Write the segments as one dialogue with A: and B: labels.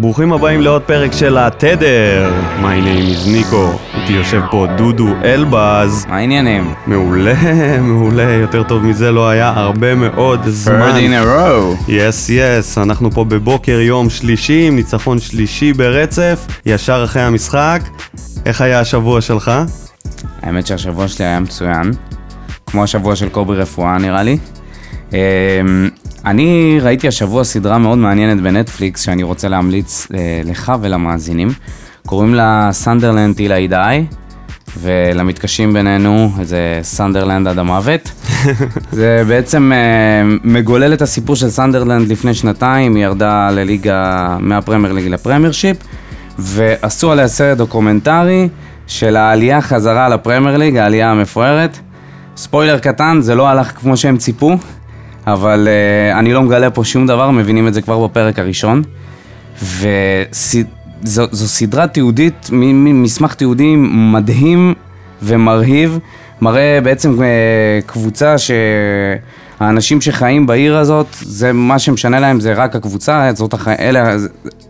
A: ברוכים הבאים לעוד פרק של התדר. My name is ניקו, איתי יושב פה דודו אלבז.
B: מה העניינים?
A: מעולה, מעולה, יותר טוב מזה לא היה הרבה מאוד
B: Bird
A: זמן.
B: in a row.
A: יס יס, אנחנו פה בבוקר יום שלישי, עם ניצחון שלישי ברצף, ישר אחרי המשחק. איך היה השבוע שלך?
B: האמת שהשבוע שלי היה מצוין, כמו השבוע של קובי רפואה נראה לי. אמ, אני ראיתי השבוע סדרה מאוד מעניינת בנטפליקס שאני רוצה להמליץ אה, לך ולמאזינים. קוראים לה סנדרלנד טילה אידאי, ולמתקשים בינינו זה סנדרלנד עד המוות. זה בעצם אה, מגולל את הסיפור של סנדרלנד לפני שנתיים, היא ירדה לליגה, מהפרמייר ליג לפרמייר שיפ, ועשו עליה סרט דוקומנטרי של העלייה חזרה לפרמייר ליג, העלייה המפוארת. ספוילר קטן, זה לא הלך כמו שהם ציפו, אבל אה, אני לא מגלה פה שום דבר, מבינים את זה כבר בפרק הראשון. וזו זו סדרה תיעודית, מ- מ- מסמך תיעודי מדהים ומרהיב, מראה בעצם אה, קבוצה שהאנשים שחיים בעיר הזאת, זה מה שמשנה להם, זה רק הקבוצה, זאת הח... אלה,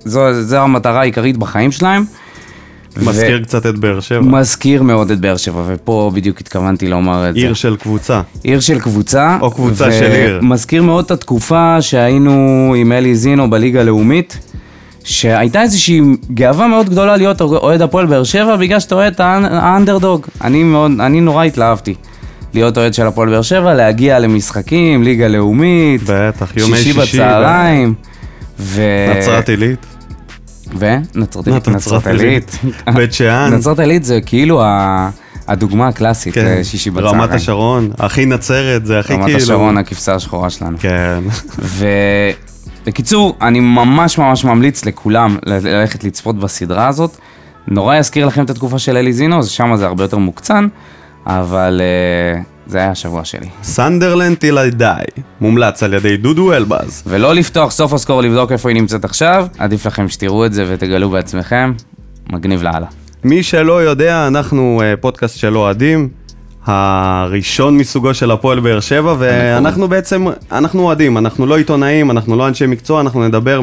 B: זו, זו המטרה העיקרית בחיים שלהם. ו-
A: מזכיר קצת את באר שבע.
B: מזכיר מאוד את באר שבע, ופה בדיוק התכוונתי לומר את זה.
A: עיר של קבוצה.
B: עיר של קבוצה.
A: או קבוצה של עיר.
B: מזכיר מאוד את התקופה שהיינו עם אלי זינו בליגה הלאומית, שהייתה איזושהי גאווה מאוד גדולה להיות אוהד הפועל באר שבע, בגלל שאתה אוהד את האנ- האנדרדוג. אני, מאוד, אני נורא התלהבתי. להיות אוהד של הפועל באר שבע, להגיע למשחקים, ליגה לאומית,
A: בטח, יומי
B: שישי
A: שישי.
B: בצהריים. ו...
A: נצרת עילית.
B: ונצרת
A: נצרת
B: עילית. נצרת
A: עילית.
B: עילית.
A: בית שאן.
B: נצרת עילית זה כאילו ה- הדוגמה הקלאסית
A: כן.
B: לשישי בצהריים.
A: רמת השרון, הכי נצרת, זה הכי כאילו.
B: רמת השרון, הכבשה השחורה שלנו.
A: כן.
B: ובקיצור, אני ממש ממש ממליץ לכולם ל- ללכת לצפות בסדרה הזאת. נורא יזכיר לכם את התקופה של אלי זינו, שם זה הרבה יותר מוקצן, אבל אה, זה היה השבוע שלי.
A: סנדרלנד תילדי, מומלץ על ידי דודו אלבז.
B: ולא לפתוח סוף הסקור לבדוק איפה היא נמצאת עכשיו, עדיף לכם שתראו את זה ותגלו בעצמכם, מגניב לאללה.
A: מי שלא יודע, אנחנו אה, פודקאסט של אוהדים, הראשון מסוגו של הפועל באר שבע,
B: נכון.
A: ואנחנו בעצם, אנחנו אוהדים, אנחנו לא עיתונאים, אנחנו לא אנשי מקצוע, אנחנו נדבר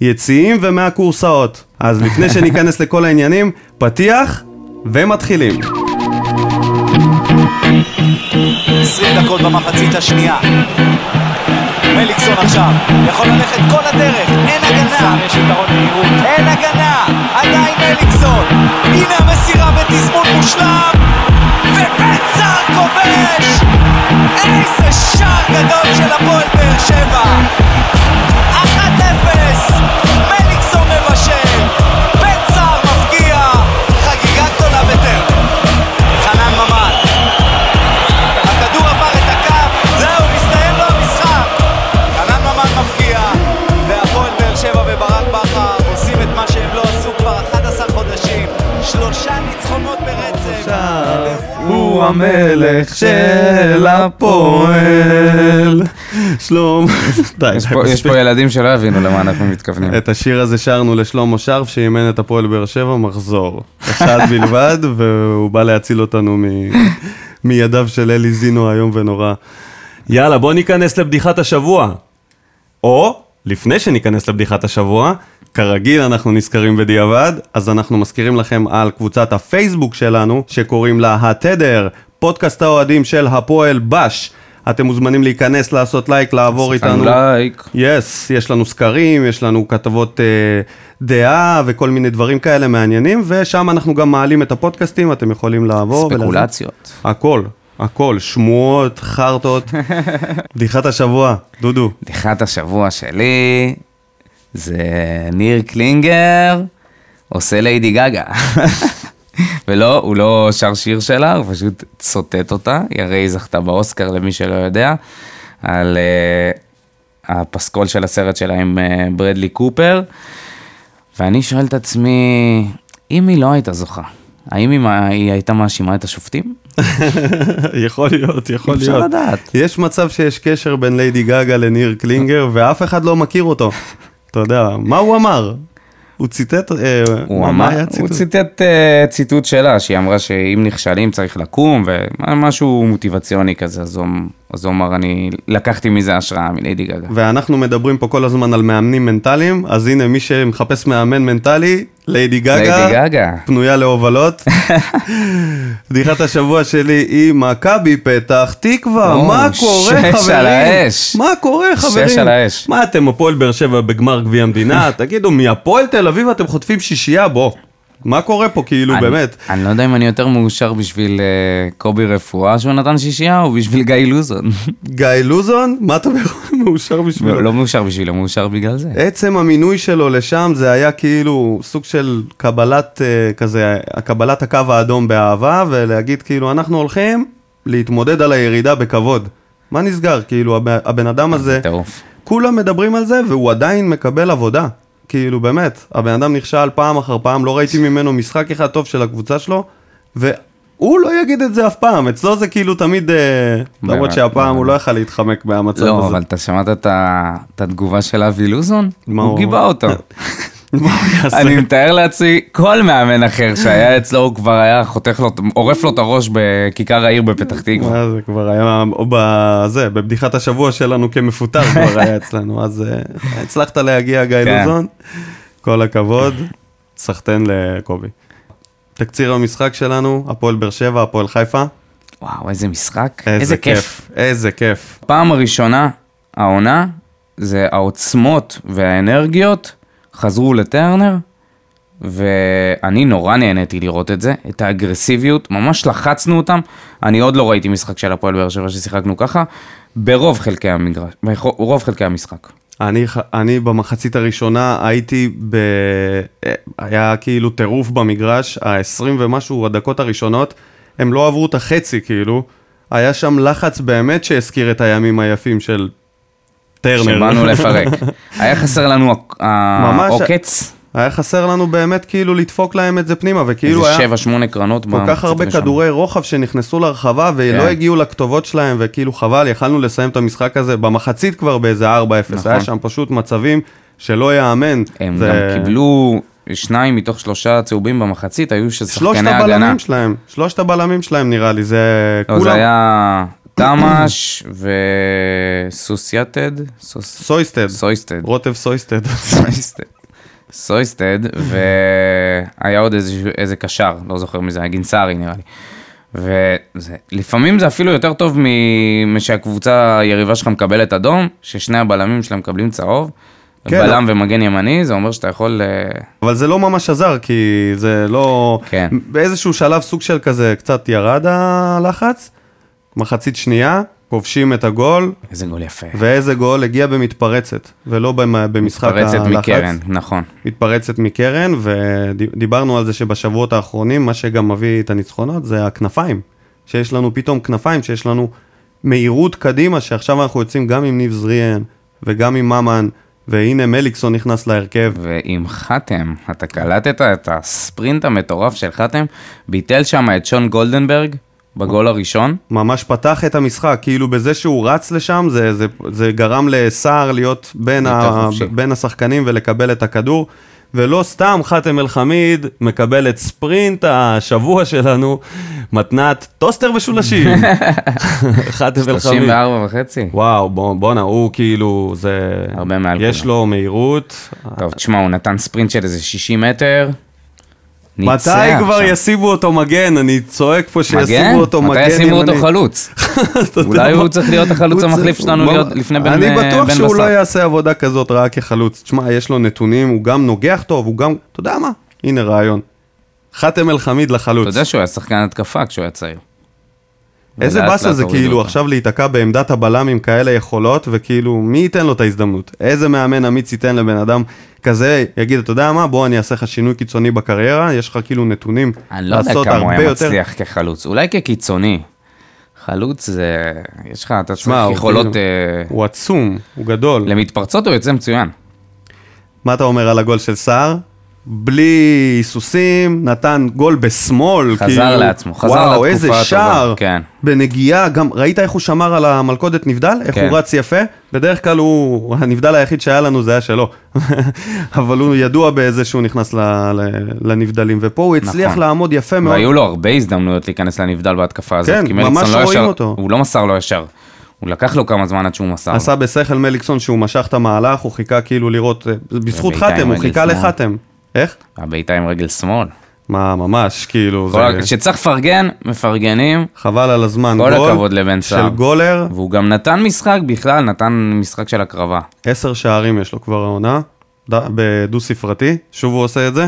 A: מהיציעים ומהכורסאות. אז לפני שניכנס לכל העניינים, פתיח ומתחילים.
C: 20 דקות במחצית השנייה. מליקסון עכשיו, יכול ללכת כל הדרך, אין הגנה. אין הגנה, עדיין מליקסון. הנה המסירה בתזמון מושלם, ובן סער כובש! איזה שער גדול של הפועל באר שבע! 1-0, מליקסון מבשל, בן סער מפקיע, חגיגה גדולה בטרם. חנן ממן. הכדור עבר את הקו, זהו, מסתיים לו המשחק. חנן ממן מפקיע, והפועל באר שבע וברק בכר עושים את מה שהם לא עשו כבר 11 חודשים. שלושה ניצחונות ברצף.
A: הוא המלך של הפועל. שלום. די,
B: יש
A: די,
B: פה- יש
A: מספיק.
B: פה ילדים שלא יבינו למה אנחנו מתכוונים.
A: את השיר הזה שרנו לשלמה שרף, שאימן את הפועל באר שבע, מחזור. אחד בלבד, והוא בא להציל אותנו מ- מידיו של אלי זינו איום ונורא. יאללה, בוא ניכנס לבדיחת השבוע. או, לפני שניכנס לבדיחת השבוע, כרגיל אנחנו נזכרים בדיעבד, אז אנחנו מזכירים לכם על קבוצת הפייסבוק שלנו, שקוראים לה התדר, פודקאסט האוהדים של הפועל בש. אתם מוזמנים להיכנס, לעשות לייק, לעבור איתנו.
B: לייק.
A: יס, yes, יש לנו סקרים, יש לנו כתבות אה, דעה וכל מיני דברים כאלה מעניינים, ושם אנחנו גם מעלים את הפודקאסטים, אתם יכולים לעבור. ולעשות-
B: ספקולציות.
A: הכל, הכל, שמועות, חרטות, בדיחת השבוע, דודו.
B: בדיחת השבוע שלי זה ניר קלינגר עושה ליידי גגה. ולא, הוא לא שר שיר שלה, הוא פשוט צוטט אותה, היא הרי זכתה באוסקר למי שלא יודע, על uh, הפסקול של הסרט שלה עם uh, ברדלי קופר. ואני שואל את עצמי, אם היא לא הייתה זוכה, האם היא, מה- היא הייתה מאשימה את השופטים?
A: יכול להיות, יכול
B: אפשר
A: להיות.
B: לדעת.
A: יש מצב שיש קשר בין ליידי גגה לניר קלינגר, ואף אחד לא מכיר אותו. אתה יודע, מה הוא אמר? הוא ציטט, אה,
B: הוא
A: מה
B: אמר,
A: היה
B: הוא
A: הציטוט?
B: ציטט אה, ציטוט שלה, שהיא אמרה שאם נכשלים צריך לקום, ומשהו מוטיבציוני כזה, אז הוא- אז הוא אמר, אני לקחתי מזה השראה מליידי גגה.
A: ואנחנו מדברים פה כל הזמן על מאמנים מנטליים, אז הנה מי שמחפש מאמן מנטלי, ליידי
B: ליידי
A: גגה,
B: גגה.
A: פנויה להובלות. בדיחת השבוע שלי היא מכבי פתח תקווה,
B: או,
A: מה קורה חברים?
B: שש על האש.
A: מה קורה חברים?
B: על האש.
A: מה אתם הפועל באר שבע בגמר גביע המדינה? תגידו, מהפועל תל אביב אתם חוטפים שישייה, בוא. מה קורה פה כאילו
B: אני-
A: באמת?
B: אני לא יודע אם אני יותר מאושר בשביל אה, קובי רפואה שהוא נתן שישייה, או בשביל גיא לוזון.
A: גיא לוזון, מה אתה מאושר בשבילו?
B: לא לא מאושר בשבילו, מאושר בגלל זה.
A: עצם המינוי שלו לשם זה היה כאילו סוג של קבלת אה, כזה, קבלת הקו האדום באהבה, ולהגיד כאילו אנחנו הולכים להתמודד על הירידה בכבוד. מה נסגר? כאילו הב- הבן אדם
B: אה,
A: הזה,
B: טירוף.
A: כולם מדברים על זה והוא עדיין מקבל עבודה. כאילו באמת, הבן אדם נכשל פעם אחר פעם, לא ראיתי ממנו משחק אחד טוב של הקבוצה שלו, והוא לא יגיד את זה אף פעם, אצלו זה כאילו תמיד, אה, למרות
B: באמת,
A: שהפעם הוא
B: באמת.
A: לא יכל להתחמק מהמצב הזה.
B: לא, אבל אתה שמעת את ה- את התגובה של אבי לוזון?
A: מה
B: הוא
A: הוא-
B: גיבה אותו.
A: מה הוא יעשה?
B: אני מתאר לעצמי, כל מאמן אחר שהיה אצלו, הוא כבר היה חותך לו, עורף לו את הראש בכיכר העיר בפתח תקווה.
A: מה זה כבר היה, או בזה, בבדיחת השבוע שלנו כמפוטר כבר היה אצלנו, אז אה, הצלחת להגיע גיא
B: כן.
A: לוזון, כל הכבוד, סחטיין לקובי. תקציר המשחק שלנו, הפועל באר שבע, הפועל חיפה.
B: וואו, איזה משחק, איזה כיף.
A: איזה כיף.
B: פעם הראשונה, העונה, זה העוצמות והאנרגיות חזרו לטרנר, ואני נורא נהניתי לראות את זה, את האגרסיביות, ממש לחצנו אותם. אני עוד לא ראיתי משחק של הפועל באר שבע ששיחקנו ככה, ברוב חלקי המגרש, ברוב חלקי המשחק.
A: אני, ח- אני במחצית הראשונה הייתי ב... אה, היה כאילו טירוף במגרש, ה-20 ומשהו הדקות הראשונות, הם לא עברו את החצי כאילו, היה שם לחץ באמת שהזכיר את הימים היפים של טרנר.
B: שבאנו לפרק. היה חסר לנו הק-
A: ממש-
B: העוקץ,
A: היה חסר לנו באמת כאילו לדפוק להם את זה פנימה, וכאילו
B: איזה
A: כאילו היה
B: שבע, שמונה קרנות.
A: כל
B: במחצית
A: כך הרבה
B: הראשונה.
A: כדורי רוחב שנכנסו לרחבה ולא
B: כן.
A: הגיעו לכתובות שלהם, וכאילו חבל, יכלנו לסיים את המשחק הזה במחצית כבר באיזה 4-0,
B: נכון.
A: היה שם פשוט מצבים שלא ייאמן.
B: הם
A: זה-
B: גם קיבלו שניים מתוך שלושה צהובים במחצית, היו של
A: שלושת
B: שחקני הגנה.
A: הבלמים שלהם, שלושת הבלמים שלהם נראה לי, זה
B: לא, זה היה תמ"ש וסוסייטד, סוס-
A: סויסטד,
B: סויסטד,
A: רוטב סויסטד.
B: סויסטד. סויסטד, והיה עוד איזה, איזה קשר, לא זוכר מי זה, היה גינסארי נראה לי. ולפעמים זה אפילו יותר טוב מ- משהקבוצה היריבה שלך מקבלת אדום, ששני הבלמים שלה מקבלים צהוב.
A: כן.
B: בלם ומגן ימני, זה אומר שאתה יכול... אה,
A: אבל זה לא ממש עזר, כי זה לא...
B: כן.
A: באיזשהו שלב סוג של כזה, קצת ירד הלחץ, מחצית שנייה, כובשים את הגול,
B: איזה גול יפה.
A: ואיזה גול הגיע במתפרצת, ולא במ- במשחק הלחץ.
B: פרצת מקרן, נכון.
A: מתפרצת מקרן, ודיברנו על זה שבשבועות האחרונים, מה שגם מביא את הניצחונות זה הכנפיים. שיש לנו פתאום כנפיים, שיש לנו מהירות קדימה, שעכשיו אנחנו יוצאים גם עם ניב זריאן, וגם עם ממן, והנה מליקסון נכנס להרכב.
B: ועם חתם, אתה קלטת את הספרינט המטורף של חתם, ביטל שם את שון גולדנברג בגול הראשון.
A: ממש פתח את המשחק, כאילו בזה שהוא רץ לשם, זה, זה, זה גרם לסער להיות בין,
B: יותר
A: ה,
B: חופשי.
A: בין השחקנים ולקבל את הכדור. ולא סתם חאתם אל-חמיד מקבל את ספרינט השבוע שלנו, מתנת טוסטר ושולשים. חאתם אל-חמיד.
B: 34 וחצי.
A: וואו, בוא- בואנה, הוא כאילו, זה...
B: הרבה מעל
A: יש
B: כולם.
A: לו מהירות.
B: טוב, תשמע, הוא נתן ספרינט של איזה 60 מטר.
A: מתי
B: ניצח
A: כבר
B: שם.
A: ישימו אותו מגן? אני צועק פה
B: מגן?
A: שישימו אותו מגן.
B: מתי ישימו אותו
A: ימני.
B: חלוץ?
A: אתה יודע
B: אולי הוא
A: מה?
B: צריך להיות החלוץ
A: הוא
B: המחליף
A: צריך-
B: שלנו
A: מה-
B: להיות לפני בן אה,
A: אני
B: בן
A: בטוח שהוא
B: בסט.
A: לא יעשה עבודה כזאת רעה כחלוץ. תשמע, יש לו נתונים, הוא גם נוגח טוב, הוא גם... אתה יודע מה? הנה רעיון. חאתם אל-חמיד
B: אתה
A: לחלוץ.
B: יודע שהוא היה שחקן התקפה כשהוא היה צעיר.
A: איזה
B: ולאט
A: באסה
B: לאט
A: זה
B: הורידו
A: כאילו
B: אותו.
A: עכשיו להיתקע בעמדת הבלם עם כאלה יכולות, וכאילו, מי ייתן לו את ההזדמנות? איזה מאמן אמיץ ייתן לבן אדם כזה, יגיד, אתה יודע מה, בוא אני אעשה לך שינוי קיצוני בקריירה, יש לך כאילו נתונים
B: אני לא יודע
A: לעשות
B: כמה הוא
A: הרבה
B: היה
A: יותר.
B: מצליח כחלוץ, אולי כקיצוני. חלוץ זה, יש לך, אתה צריך
A: שמע, הוא
B: יכולות
A: כאילו-
B: אה,
A: הוא עצום, הוא גדול.
B: למתפרצות הוא יוצא מצוין.
A: מה אתה אומר על הגול של סער? בלי היסוסים, נתן גול בשמאל.
B: חזר
A: כאילו,
B: לעצמו, חזר
A: וואו,
B: לתקופה
A: איזה
B: הטובה,
A: שער,
B: כן.
A: בנגיעה, גם ראית איך הוא שמר על המלכודת נבדל? איך
B: כן.
A: הוא רץ יפה? בדרך כלל הוא, הנבדל היחיד שהיה לנו זה היה שלו. אבל הוא ידוע באיזה שהוא נכנס ל, ל, לנבדלים, ופה הוא הצליח
B: נכון.
A: לעמוד יפה מאוד.
B: והיו לו הרבה הזדמנויות להיכנס לנבדל בהתקפה הזאת.
A: כן,
B: כי
A: ממש
B: מליקסון לא
A: רואים
B: ישר-
A: אותו.
B: הוא לא מסר לו ישר. הוא לקח לו כמה זמן עד שהוא מסר.
A: עשה בשכל מליקסון שהוא משך את המהלך, הוא חיכה כאילו לראות, בזכות
B: ובעיטה
A: חתם,
B: עם
A: הוא
B: רגל
A: חיכה
B: שמאל.
A: לחתם. איך?
B: הבעיטה עם רגל שמאל.
A: מה, ממש, כאילו, זה...
B: כל- כשצריך לפרגן, מפרגנים.
A: חבל על הזמן.
B: כל
A: גול
B: הכבוד לבן סער.
A: של גולר,
B: והוא גם נתן משחק בכלל, נתן משחק של הקרבה.
A: עשר שערים יש לו כבר העונה, ד- בדו-ספרתי, שוב הוא עושה את זה.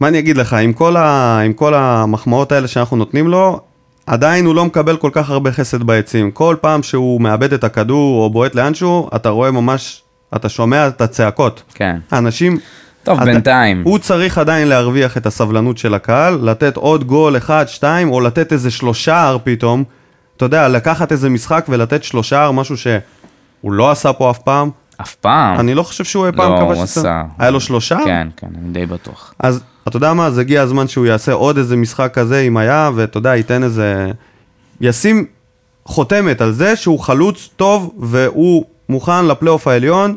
A: מה אני אגיד לך, עם כל, ה... עם כל המחמאות האלה שאנחנו נותנים לו, עדיין הוא לא מקבל כל כך הרבה חסד ביצים. כל פעם שהוא מאבד את הכדור או בועט לאנשהו, אתה רואה ממש, אתה שומע את הצעקות.
B: כן.
A: האנשים...
B: טוב,
A: עד-
B: בינתיים.
A: הוא צריך עדיין להרוויח את הסבלנות של הקהל, לתת עוד גול, אחד, שתיים, או לתת איזה שלושה הר פתאום. אתה יודע, לקחת איזה משחק ולתת שלושה הר, משהו שהוא לא עשה פה אף פעם.
B: אף פעם.
A: אני לא חושב שהוא אי
B: לא,
A: פעם
B: הוא
A: כבש את זה.
B: עשה.
A: היה לו שלושה?
B: כן, כן, אני די בטוח.
A: אז אתה יודע מה, אז הגיע הזמן שהוא יעשה עוד איזה משחק כזה, אם היה, ואתה יודע, ייתן איזה... ישים חותמת על זה שהוא חלוץ טוב, והוא מוכן לפלייאוף העליון,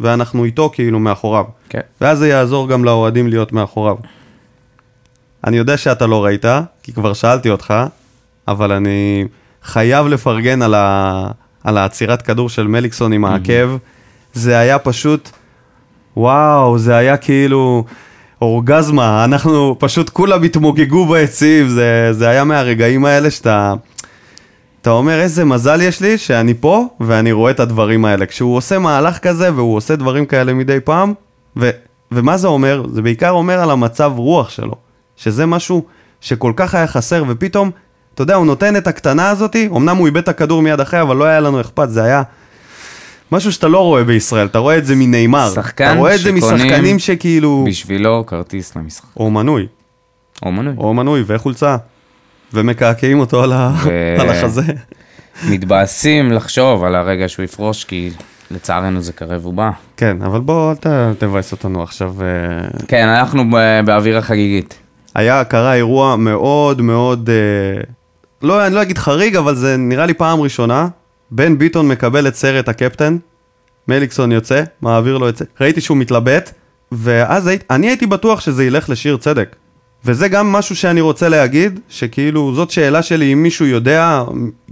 A: ואנחנו איתו כאילו מאחוריו.
B: כן.
A: ואז זה יעזור גם לאוהדים להיות מאחוריו. אני יודע שאתה לא ראית, כי כבר שאלתי אותך, אבל אני חייב לפרגן על, ה... על העצירת כדור של מליקסון עם העקב. זה היה פשוט, וואו, זה היה כאילו אורגזמה, אנחנו פשוט כולם התמוגגו ביציב, זה, זה היה מהרגעים האלה שאתה... אתה אומר, איזה מזל יש לי שאני פה ואני רואה את הדברים האלה. כשהוא עושה מהלך כזה והוא עושה דברים כאלה מדי פעם, ו, ומה זה אומר? זה בעיקר אומר על המצב רוח שלו, שזה משהו שכל כך היה חסר, ופתאום, אתה יודע, הוא נותן את הקטנה הזאתי, אמנם הוא איבד את הכדור מיד אחרי, אבל לא היה לנו אכפת, זה היה משהו שאתה לא רואה בישראל, אתה רואה את זה מנאמר.
B: שחקן
A: אתה רואה את זה
B: שקונים
A: משחקנים שכאילו...
B: בשבילו כרטיס למשחק.
A: או מנוי,
B: או מנוי.
A: או מנוי וחולצה, ומקעקעים אותו על, ה...
B: ו-
A: על החזה.
B: מתבאסים לחשוב על הרגע שהוא יפרוש, כי לצערנו זה קרב ובא.
A: כן, אבל בוא, אל ת- תבאס אותנו עכשיו. אה,
B: כן, אנחנו ב- באווירה חגיגית.
A: היה, קרה אירוע מאוד מאוד, אה, לא, אני לא אגיד חריג, אבל זה נראה לי פעם ראשונה. בן ביטון מקבל את סרט הקפטן, מליקסון יוצא, מעביר לו את זה. ראיתי שהוא מתלבט, ואז היית, אני הייתי בטוח שזה ילך לשיר צדק. וזה גם משהו שאני רוצה להגיד, שכאילו זאת שאלה שלי, אם מישהו יודע,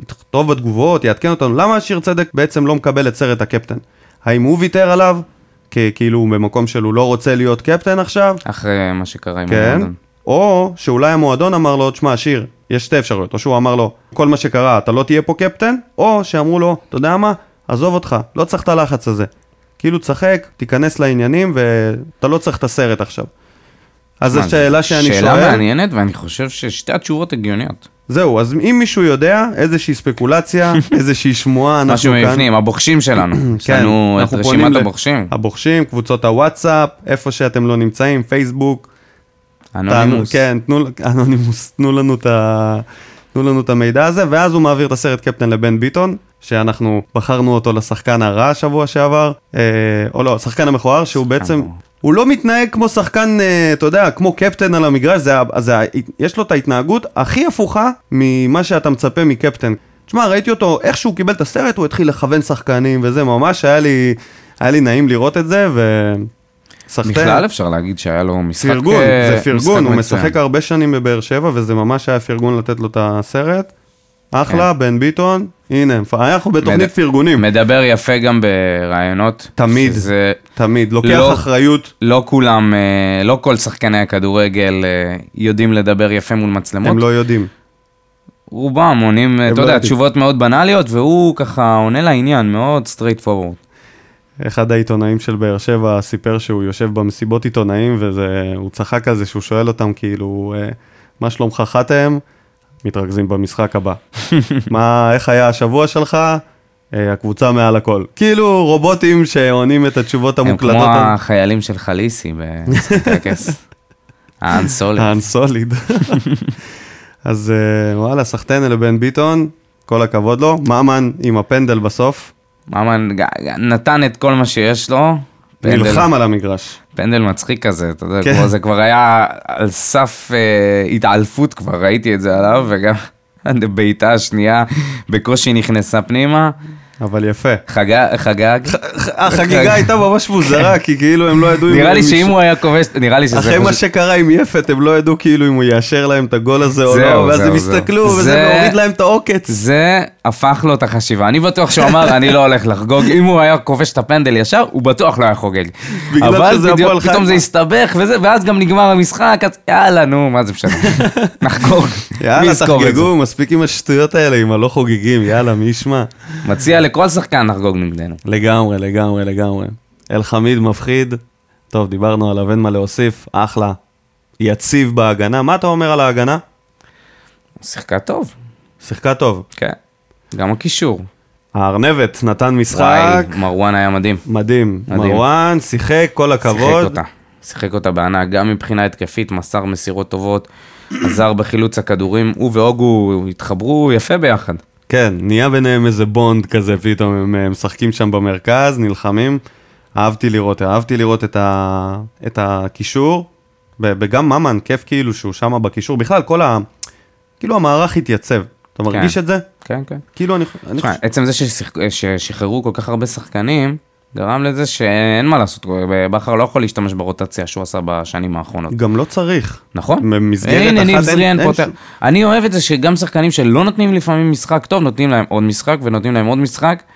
A: יכתוב בתגובות, יעדכן אותנו, למה השיר צדק בעצם לא מקבל את סרט הקפטן? האם הוא ויתר עליו? כי כאילו הוא במקום של הוא לא רוצה להיות קפטן עכשיו?
B: אחרי מה שקרה עם
A: כן,
B: המועדון.
A: או שאולי המועדון אמר לו, תשמע, שיר, יש שתי אפשרויות, או שהוא אמר לו, כל מה שקרה, אתה לא תהיה פה קפטן, או שאמרו לו, אתה יודע מה, עזוב אותך, לא צריך את הלחץ הזה. כאילו, תשחק, תיכנס לעניינים, ואתה לא צריך את הסרט עכשיו. אז
B: מה,
A: זו שאלה שאני שואל.
B: שאלה מעניינת, ואני חושב ששתי התשובות הגיוניות.
A: זהו, אז אם מישהו יודע, איזושהי ספקולציה, איזושהי שמועה, אנחנו
B: משהו
A: כאן.
B: מבפנים, הבוחשים שלנו. יש
A: כן,
B: לנו את
A: אנחנו פונים
B: רשימת
A: ל-
B: הבוחשים.
A: הבוחשים, קבוצות הוואטסאפ, איפה שאתם לא נמצאים, פייסבוק, תענו-
B: אנונימוס.
A: כן, תנו, אנונימוס, תנו לנו, את ה, תנו לנו את המידע הזה, ואז הוא מעביר את הסרט קפטן לבן ביטון, שאנחנו בחרנו אותו לשחקן הרע שבוע שעבר, אה, או לא, שחקן המכוער, שהוא בעצם,
B: המכוער.
A: הוא לא מתנהג כמו שחקן, אה, אתה יודע, כמו קפטן על המגרש, זה, ה- זה, ה- יש לו את ההתנהגות הכי הפוכה ממה שאתה מצפה מקפטן. תשמע, ראיתי אותו, איך שהוא קיבל את הסרט, הוא התחיל לכוון שחקנים, וזה ממש היה לי, היה לי נעים לראות את זה, ו... סחטיין.
B: בכלל אפשר להגיד שהיה לו משחק...
A: פרגון,
B: אה,
A: זה פרגון,
B: משחק
A: הוא
B: מצוין.
A: משחק הרבה שנים בבאר שבע, וזה ממש היה פרגון לתת לו את הסרט. אחלה, בן ביטון, הנה, מפ- אנחנו בתוכנית
B: כן. מד-
A: פרגונים,
B: מדבר יפה גם בראיונות.
A: תמיד.
B: שזה
A: תמיד, לוקח
B: לא.
A: אחריות,
B: לא כולם, אה, לא כל שחקני הכדורגל אה, יודעים לדבר יפה מול מצלמות.
A: הם לא יודעים.
B: רובם עונים, אה,
A: הם
B: אתה
A: לא
B: יודע,
A: יודעים.
B: תשובות מאוד בנאליות, והוא ככה עונה לעניין, מאוד סטרייט פורוורד.
A: אחד העיתונאים של באר שבע סיפר שהוא יושב במסיבות עיתונאים, והוא צחק על זה שהוא שואל אותם כאילו, אה, מה שלומך חתם? מתרכזים במשחק הבא. מה, איך היה השבוע שלך? אה, הקבוצה מעל הכל. כאילו רובוטים שעונים את התשובות
B: הם
A: המוקלטות.
B: כמו
A: על-
B: החיילים של חליסי במשחק הכס. האנסולד.
A: האנסוליד. אז אה, וואלה, סחטיין לבן ביטון, כל הכבוד לו. ממן עם הפנדל בסוף.
B: ממן ג- ג- נתן את כל מה שיש לו, פנדל.
A: נלחם על המגרש.
B: פנדל מצחיק כזה, אתה יודע,
A: כן.
B: כמו זה כבר היה על סף אה, התעלפות כבר, ראיתי את זה עליו, וגם הבעיטה השנייה בקושי נכנסה פנימה.
A: אבל יפה.
B: חגג, חגג.
A: החגיגה הייתה ממש מוזרה, כי כאילו הם לא ידעו אם...
B: אוקיי. נראה לי
A: הם-
B: שאם הוא היה כובש, נראה לי שזה...
A: אחרי מה
B: פשוט-
A: שקרה עם יפת, הם לא ידעו כאילו אם הוא יאשר להם את הגול הזה או
B: זהו,
A: לא, ואז
B: זהו,
A: הם
B: זהו.
A: הסתכלו,
B: זה-
A: וזה מוריד להם את העוקץ.
B: זה הפך לו את החשיבה. אני בטוח שהוא אמר, אני לא הולך לחגוג. אם הוא היה כובש את הפנדל ישר, הוא בטוח לא היה חוגג.
A: בגלל
B: אבל
A: שזה
B: בדיוק-
A: הפועל
B: פתאום
A: חיפה.
B: זה הסתבך וזה, ואז גם נגמר המשחק, אז יאללה, נו, מה זה משנה. נחגוג. מי
A: יאללה,
B: יזכור את זה?
A: תחגגו, מספיק עם השטויות האלה, עם הלא חוגגים, יאללה, מי ישמע?
B: מציע לכל שחקן לחגוג נגדנו.
A: לגמרי, לגמרי, לגמרי. אלחמיד מפחיד. טוב, דיברנו עליו, אין מה להוסיף, אחלה. יציב בהגנה. מה אתה אומר על ההגנה?
B: שיחקה טוב,
A: שיחקה טוב.
B: כן. גם הקישור.
A: הארנבת נתן משחק,
B: וואי, מרואן היה מדהים.
A: מדהים.
B: מדהים.
A: מרואן, שיחק, כל
B: שיחק
A: הכבוד.
B: אותה. שיחק אותה בענק, גם מבחינה התקפית, מסר מסירות טובות, עזר בחילוץ הכדורים, הוא והוגו התחברו יפה ביחד.
A: כן, נהיה ביניהם איזה בונד כזה, פתאום הם אה, משחקים שם במרכז, נלחמים. אהבתי לראות, אהבתי לראות את, ה... את הקישור, ו- וגם ממן, כיף כאילו שהוא שם בקישור. בכלל, כל ה... כאילו המערך התייצב. אתה מרגיש את זה?
B: כן, כן.
A: כאילו אני... אני
B: תשמע,
A: חושב-
B: עצם זה ששיח- ששחררו כל כך הרבה שחקנים, גרם לזה שאין מה לעשות, בכר לא יכול להשתמש ברוטציה שהוא עשה בשנים האחרונות.
A: גם לא צריך.
B: נכון?
A: במסגרת
B: הנה,
A: אחת
B: ניב
A: אין-
B: זריאן
A: אין
B: פותח.
A: שום-
B: אני אוהב את זה שגם שחקנים שלא נותנים לפעמים משחק טוב, נותנים להם עוד משחק ונותנים להם עוד משחק.
A: כן.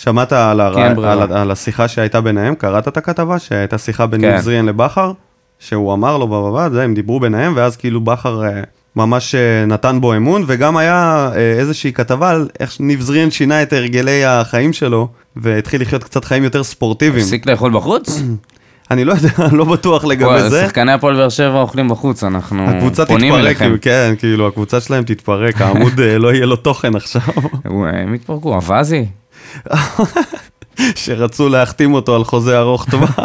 A: שמעת על, הר...
B: כן,
A: על,
B: ברירה.
A: ה- על השיחה שהייתה ביניהם? קראת את הכתבה שהייתה שיחה בין
B: כן.
A: ניב זריאן לבכר? שהוא אמר לו בבבא, זה, הם דיברו ביניהם, ואז כאילו בכר אה, ממש אה, נתן בו אמון, וגם היה אה, איזושהי כתבה על איך ניב זריאן שינה את הרגלי החיים שלו, והתחיל לחיות קצת חיים יותר ספורטיביים.
B: הפסיק לאכול בחוץ?
A: אני לא יודע, לא בטוח לגבי
B: כל-
A: זה.
B: שחקני הפועל באר שבע אוכלים בחוץ, אנחנו
A: הקבוצה
B: פונים
A: תתפרק,
B: אליכם.
A: כן, כאילו, הקבוצה שלהם תתפרק, העמוד אה, לא יהיה לו תוכן עכשיו.
B: הוא, אה, הם התפרקו, אווזי?
A: שרצו להחתים אותו על חוזה ארוך טווח,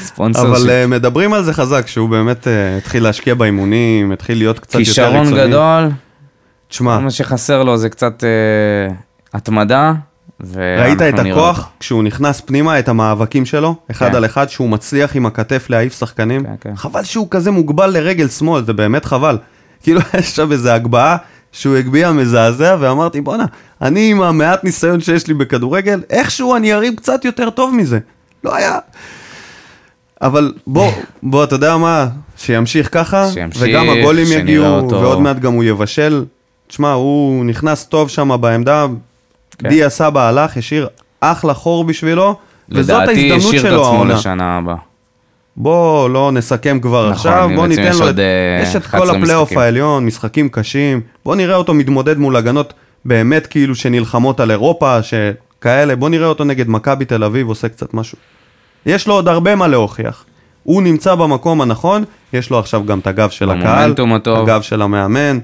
B: ספונסר
A: אבל
B: של
A: אה, מדברים על זה חזק, שהוא באמת אה, התחיל להשקיע באימונים, התחיל להיות קצת יותר רצוני. אה.
B: כישרון גדול,
A: תשמע,
B: כל מה שחסר לו זה קצת אה, התמדה.
A: ראית
B: ואנחנו
A: את
B: נראה אותו.
A: הכוח כשהוא נכנס פנימה, את המאבקים שלו, אחד
B: כן.
A: על אחד, שהוא מצליח עם הכתף להעיף שחקנים?
B: כן, כן.
A: חבל שהוא כזה מוגבל לרגל שמאל, זה באמת חבל. כאילו, יש שם איזו הגבהה שהוא הגביה מזעזע, ואמרתי, בואנה, אני עם המעט ניסיון שיש לי בכדורגל, איכשהו אני ארים קצת יותר טוב מזה. לא היה... אבל בוא, בוא, אתה יודע מה, שימשיך ככה,
B: שימשיך,
A: וגם הגולים
B: שנראה
A: יגיעו,
B: אותו.
A: ועוד מעט גם הוא יבשל. תשמע, הוא נכנס טוב שם בעמדה,
B: כן.
A: דיה סבא הלך, השאיר אחלה חור בשבילו, וזאת
B: לדעתי
A: ההזדמנות
B: השאיר את
A: שלו
B: עצמו
A: העונה.
B: לשנה הבאה.
A: בוא לא נסכם כבר
B: נכון,
A: עכשיו,
B: אני
A: בוא
B: בעצם
A: ניתן
B: יש
A: לו,
B: עוד,
A: את-
B: אה,
A: יש את כל
B: 11
A: הפלייאוף
B: משחקים.
A: העליון, משחקים קשים, בוא נראה אותו מתמודד מול הגנות באמת כאילו שנלחמות על אירופה, שכאלה, בוא נראה אותו נגד מכבי תל אביב עושה קצת משהו. יש לו עוד הרבה מה להוכיח. הוא נמצא במקום הנכון, יש לו עכשיו גם את הגב של הקהל,
B: במומנטום הטוב.
A: הגב של המאמן.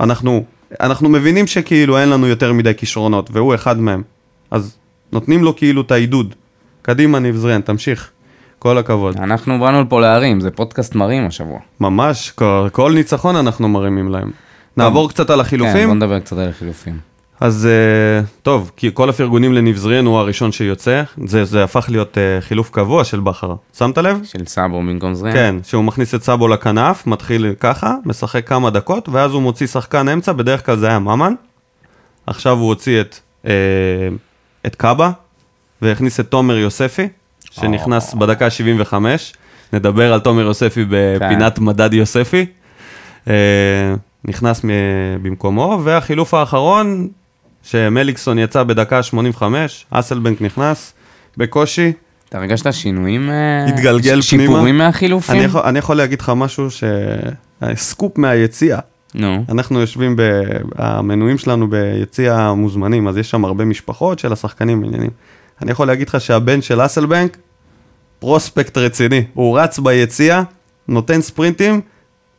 A: אנחנו, אנחנו מבינים שכאילו אין לנו יותר מדי כישרונות, והוא אחד מהם. אז נותנים לו כאילו את העידוד. קדימה, ניב זרן, תמשיך. כל הכבוד.
B: אנחנו באנו לפה להרים, זה פודקאסט מרים השבוע. כן,
A: ממש, כל, כל ניצחון אנחנו מרימים להם. נעבור קצת על
B: כן, בוא
A: החילופים.
B: נדבר קצת על החילופים.
A: אז אה, טוב, כי כל הפרגונים לניב זריאן הוא הראשון שיוצא, זה, זה הפך להיות אה, חילוף קבוע של בכר. שמת לב?
B: של סאבו במקום זריאן.
A: כן, שהוא מכניס את סאבו לכנף, מתחיל ככה, משחק כמה דקות, ואז הוא מוציא שחקן אמצע, בדרך כלל זה היה ממן. עכשיו הוא הוציא את, אה, את קאבה, והכניס את תומר יוספי, שנכנס בדקה ה-75. נדבר על תומר יוספי בפינת מדד יוספי. אה, נכנס מ- במקומו, והחילוף האחרון, שמליקסון יצא בדקה ה-85, אסלבנק נכנס, בקושי.
B: אתה הרגשת שינויים? אה,
A: התגלגל
B: ש-
A: פנימה.
B: שיפורים מהחילופים?
A: אני יכול, אני יכול להגיד לך משהו ש... סקופ מהיציע.
B: נו,
A: אנחנו יושבים, ב... המנויים שלנו ביציע המוזמנים, אז יש שם הרבה משפחות של השחקנים עניינים. אני יכול להגיד לך שהבן של אסלבנק, פרוספקט רציני. הוא רץ ביציע, נותן ספרינטים.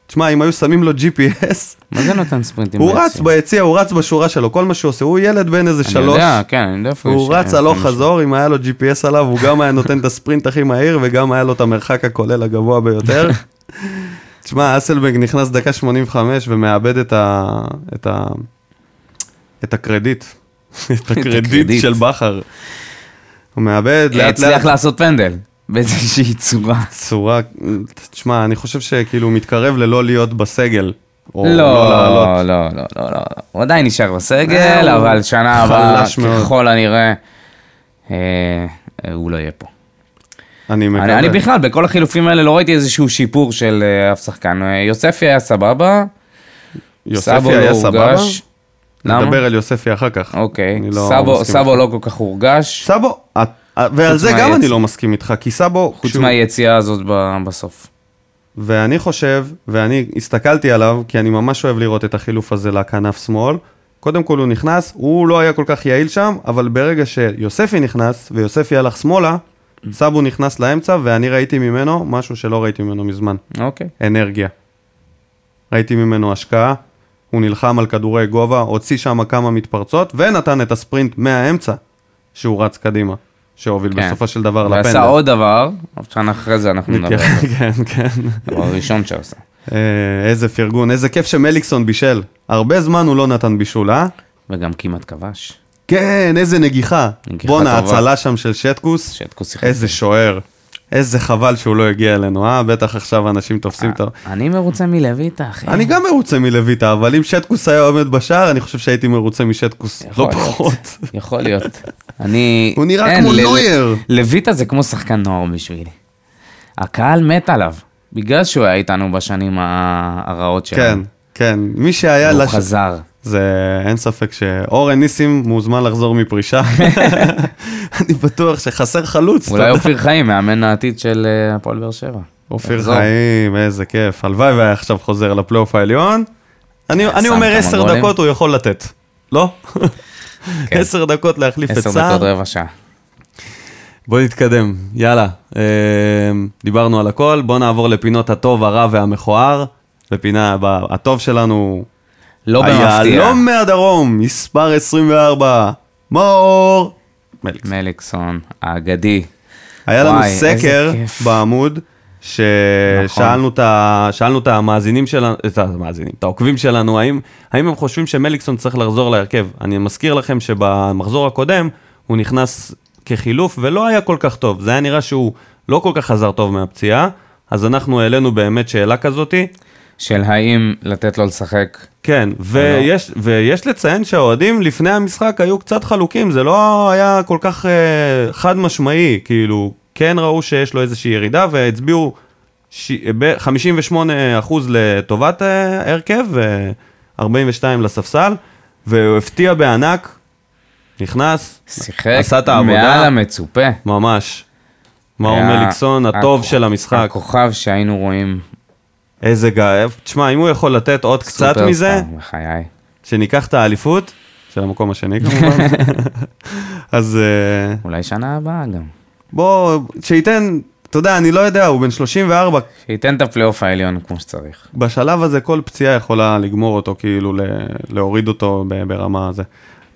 A: תשמע, אם היו שמים לו GPS,
B: מה זה נותן ספרינטים?
A: הוא
B: בעצם?
A: רץ ביציע, הוא רץ בשורה שלו, כל מה שהוא עושה, הוא ילד בן איזה
B: אני
A: שלוש.
B: יודע, כן, אני יודע איפה יש...
A: הוא רץ
B: איפה
A: הלוך
B: יש-
A: חזור, אם היה לו GPS עליו, הוא גם היה נותן את הספרינט הכי מהיר, וגם היה לו את המרחק הכולל הגבוה ביותר. תשמע, אסלבנג נכנס דקה 85 ומאבד את, ה... את, ה... את הקרדיט. את הקרדיט
B: הקרדיט.
A: של בכר. הוא מאבד לאט לאט
B: אה, הצליח לעשות פנדל, באיזושהי צורה.
A: צורה, תשמע, אני חושב שכאילו הוא מתקרב ללא להיות בסגל. או
B: לא,
A: לעלות.
B: לא, לא, לא, לא, לא, הוא עדיין נשאר בסגל,
A: אה, הוא
B: אבל שנה הבאה,
A: חלש מאוד.
B: ככל הנראה, אה, אה, הוא לא יהיה פה.
A: אני מקווה.
B: אני, אני בכלל, בכל החילופים האלה לא ראיתי איזשהו שיפור של אה, אף שחקן. אה, יוספי היה סבבה, סבו
A: יוספי
B: לא
A: היה סבבה?
B: הורגש. למה?
A: נדבר על יוספי אחר כך.
B: אוקיי,
A: אני לא
B: סבו,
A: מסכים
B: סבו
A: איתך.
B: לא כל כך הורגש,
A: סבו, את- ועל
B: חוץ
A: זה גם
B: מהיצ-
A: אני לא מסכים איתך, כי סבו,
B: חוץ
A: כשהוא-
B: מהיציאה הזאת ב- בסוף.
A: ואני חושב, ואני הסתכלתי עליו, כי אני ממש אוהב לראות את החילוף הזה לכנף שמאל. קודם כל הוא נכנס, הוא לא היה כל כך יעיל שם, אבל ברגע שיוספי נכנס, ויוספי הלך שמאלה, סבו נכנס לאמצע, ואני ראיתי ממנו משהו שלא ראיתי ממנו מזמן,
B: אוקיי.
A: אנרגיה. ראיתי ממנו השקעה, הוא נלחם על כדורי גובה, הוציא שם כמה מתפרצות, ונתן את הספרינט מהאמצע, שהוא רץ קדימה, שהוביל
B: כן.
A: בסופו של דבר לפנדל.
B: ועשה עוד דבר, אבל שנה אחרי זה אנחנו נדבר.
A: כן, כן.
B: הוא הראשון שעשה.
A: אה, איזה פרגון, איזה כיף שמליקסון בישל. הרבה זמן הוא לא נתן בישול, אה?
B: וגם כמעט כבש.
A: כן, איזה נגיחה.
B: נגיחה
A: בואנה,
B: טובה.
A: הצלה שם של שטקוס.
B: שטקוס שיחק.
A: איזה שוער. איזה חבל שהוא לא הגיע אלינו, אה? בטח עכשיו אנשים תופסים
B: אה.
A: את ה...
B: אני מרוצה מלויטה, אחי.
A: אני גם מרוצה מלויטה, אבל אם שטקוס היה עומד בשער, אני חושב שהייתי מרוצה משטקוס,
B: יכול
A: לא
B: להיות.
A: פחות.
B: יכול להיות. אני...
A: הוא נראה
B: אין,
A: כמו
B: ל- ל-
A: נוייר.
B: לויטה זה כמו שחקן נוער בשבילי. הקהל מת עליו, בגלל שהוא היה איתנו בשנים ה- הרעות שלנו.
A: כן, כן. מי שהיה...
B: הוא
A: לש-
B: חזר.
A: זה אין ספק שאורן ניסים מוזמן לחזור מפרישה. אני בטוח שחסר חלוץ. אתה
B: אולי
A: יודע.
B: אופיר חיים, מאמן העתיד של אה, הפועל באר שבע.
A: אופיר
B: יחזור.
A: חיים, איזה כיף. הלוואי והיה עכשיו חוזר לפלייאוף העליון. אני, אני
B: שם
A: אומר
B: כמה
A: עשר
B: גולים.
A: דקות הוא יכול לתת, לא?
B: כן.
A: עשר דקות להחליף את
B: עשר דקות
A: סער.
B: רבע שעה.
A: בוא נתקדם, יאללה. אה, דיברנו על הכל, בוא נעבור לפינות הטוב, הרע והמכוער. בפינה הבאה, הטוב שלנו,
B: לא במפתיע.
A: היהלום מהדרום, מספר 24, מאור. מליקס.
B: מליקסון, האגדי.
A: היה לנו
B: וואי, איזה
A: סקר
B: כיף.
A: בעמוד,
B: נכון.
A: ששאלנו את ה- שאלנו את המאזינים שלנו, את המאזינים, את העוקבים שלנו, האם, האם הם חושבים שמליקסון צריך לחזור להרכב. אני מזכיר לכם שבמחזור הקודם הוא נכנס כחילוף ולא היה כל כך טוב. זה היה נראה שהוא לא כל כך חזר טוב מהפציעה, אז אנחנו העלינו באמת שאלה כזאתי.
B: של האם לתת לו לשחק.
A: כן, ויש, ויש לציין שהאוהדים לפני המשחק היו קצת חלוקים, זה לא היה כל כך אה, חד משמעי, כאילו, כן ראו שיש לו איזושהי ירידה והצביעו ש... ב- 58% לטובת אה, הרכב ו-42% לספסל, והוא הפתיע בענק, נכנס,
B: שיחק
A: עשה את העבודה.
B: מעל המצופה.
A: ממש. מאור
B: היה
A: מליקסון, הטוב
B: הכ-
A: של המשחק.
B: הכוכב שהיינו רואים.
A: איזה גאה, תשמע, אם הוא יכול לתת עוד קצת
B: סופרסטאר,
A: מזה,
B: בחיי.
A: שניקח את האליפות, של המקום השני כמובן, אז אה,
B: אולי שנה הבאה גם.
A: בוא, שייתן, אתה יודע, אני לא יודע, הוא בן 34,
B: שייתן את הפלייאוף העליון כמו שצריך.
A: בשלב הזה כל פציעה יכולה לגמור אותו, כאילו ל- להוריד אותו ב- ברמה הזה.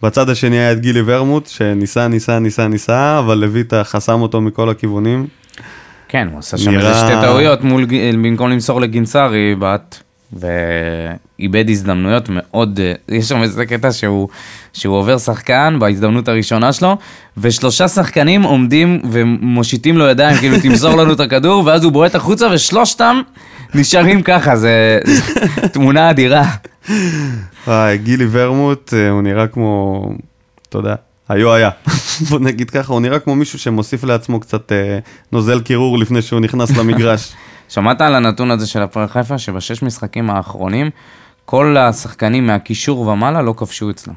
A: בצד השני היה את גילי ורמוט, שניסה, ניסה, ניסה, ניסה, אבל לויטה חסם אותו מכל הכיוונים.
B: כן, הוא עשה שם
A: נראה-
B: איזה שתי טעויות מול, ג- אה, במקום למסור לגינסארי בעט, ואיבד הזדמנויות מאוד, אה, יש שם איזה קטע שהוא, שהוא עובר שחקן בהזדמנות הראשונה שלו, ושלושה שחקנים עומדים ומושיטים לו ידיים, כאילו תמסור לנו את הכדור, ואז הוא בועט החוצה ושלושתם נשארים ככה, זה זה תמונה אדירה.
A: וואי, אה, גילי ורמוט, אה, הוא נראה כמו, אתה יודע, היו היה. בוא נגיד ככה, הוא נראה כמו מישהו שמוסיף לעצמו קצת אה, נוזל קירור לפני שהוא נכנס למגרש.
B: שמעת על הנתון הזה של הפועל חיפה, שבשש משחקים האחרונים, כל השחקנים מהקישור ומעלה לא כבשו אצלם.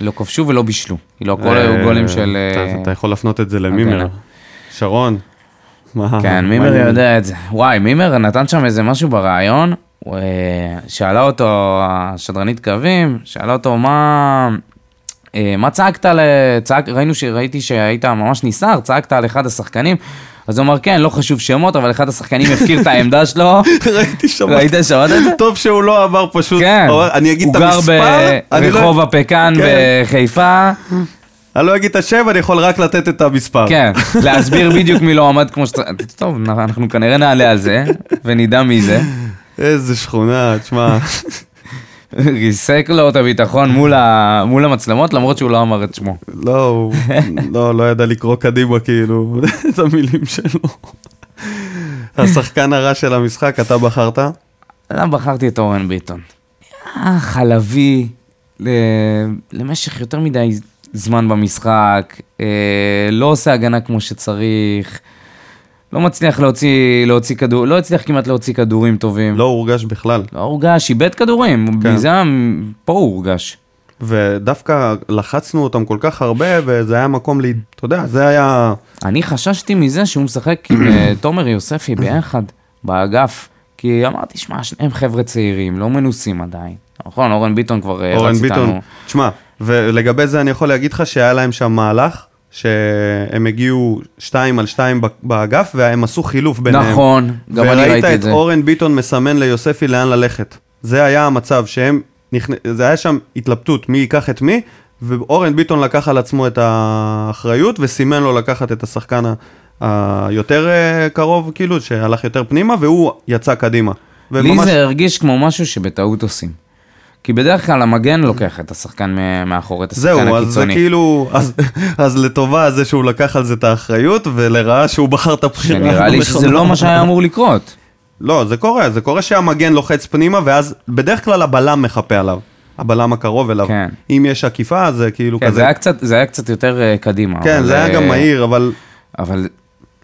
B: לא כבשו ולא בישלו. כאילו, הכל היו
A: אה,
B: גולים של... אה,
A: אתה- אתה יכול להפנות את זה למימר.
B: הגנה.
A: שרון. מה-
B: כן,
A: מה
B: מימר
A: העניינים?
B: יודע את זה. וואי, מימר נתן שם איזה משהו בריאיון, הוא, אה, שאלה אותו השדרנית קווים, שאלה אותו מה... אה, מה צעקת על... צעק, ראינו ש... ראיתי שהיית ממש נסער, צעקת על אחד השחקנים, אז הוא אמר, כן, לא חשוב שמות, אבל אחד השחקנים הפקיר את העמדה שלו.
A: ראיתי שם.
B: ראית, שמעת את זה?
A: טוב שהוא לא עבר פשוט.
B: כן,
A: אבל אני אגיד את המספר.
B: הוא
A: אני
B: גר
A: לא-
B: ברחוב הפקן
A: כן.
B: בחיפה,
A: אני לא אגיד את השם, אני יכול רק לתת את המספר.
B: כן, להסביר בדיוק מי לא עמד כמו שצריך, טוב, נ- אנחנו כנראה נעלה על זה, ונדע מי זה,
A: איזה שכונה, תשמע.
B: ריסק לו את הביטחון מול ה- מול המצלמות, למרות שהוא לא אמר את שמו.
A: לא, הוא לא, לא ידע לקרוא קדימה כאילו את המילים שלו. השחקן הרע של המשחק, אתה בחרת?
B: למה בחרתי את אורן ביטון? היה חלבי ל- למשך יותר מדי זמן במשחק, אה, לא עושה הגנה כמו שצריך, לא מצליח להוציא, להוציא כדור, לא הצליח כמעט להוציא כדורים טובים.
A: לא הורגש בכלל.
B: לא הורגש, איבד כדורים,
A: כן.
B: מזה פה הוא הורגש.
A: ודווקא לחצנו אותם כל כך הרבה, וזה היה מקום ל... אתה יודע, זה היה...
B: אני חששתי מזה שהוא משחק עם אה, תומר יוספי ביחד, באגף. כי אמרתי, שמע, שניהם חבר'ה צעירים, לא מנוסים עדיין. נכון, אורן ביטון כבר אה,
A: אורן
B: רץ איתנו.
A: ביטון, תשמע, ולגבי זה אני יכול להגיד לך שהיה להם שם מהלך, שהם הגיעו שתיים על שתיים ב- באגף, והם עשו חילוף ביניהם.
B: נכון, גם אני ראיתי
A: וראית
B: את
A: את
B: זה.
A: אורן ביטון מסמן ליוספי לאן ללכת. זה היה המצב, שהם, נכנ... זה היה שם התלבטות מי ייקח את מי, ואורן ביטון לקח על עצמו את האחריות, וסימן לו לקחת את השחקן ה- היותר אה, קרוב, כאילו, שהלך יותר פנימה, והוא יצא קדימה.
B: לי זה הרגיש כמו משהו שבטעות עושים. כי בדרך כלל המגן לוקח את השחקן מ- מאחורי, את השחקן
A: זהו, אז זה
B: הקיצוני.
A: כאילו, אז, אז לטובה זה שהוא לקח על זה את האחריות, ולרעה שהוא בחר את הבחירה.
B: שנראה לי
A: הנכונה.
B: שזה לא מה שהיה אמור לקרות.
A: לא, זה קורה, זה קורה שהמגן לוחץ פנימה, ואז בדרך כלל הבלם מחפה עליו. הבלם הקרוב אליו.
B: כן.
A: אם יש עקיפה, אז זה כאילו
B: כן,
A: כזה.
B: זה היה קצת- זה היה קצת יותר אה, קדימה.
A: כן,
B: אבל,
A: זה היה
B: אה,
A: גם מהיר, אבל
B: אבל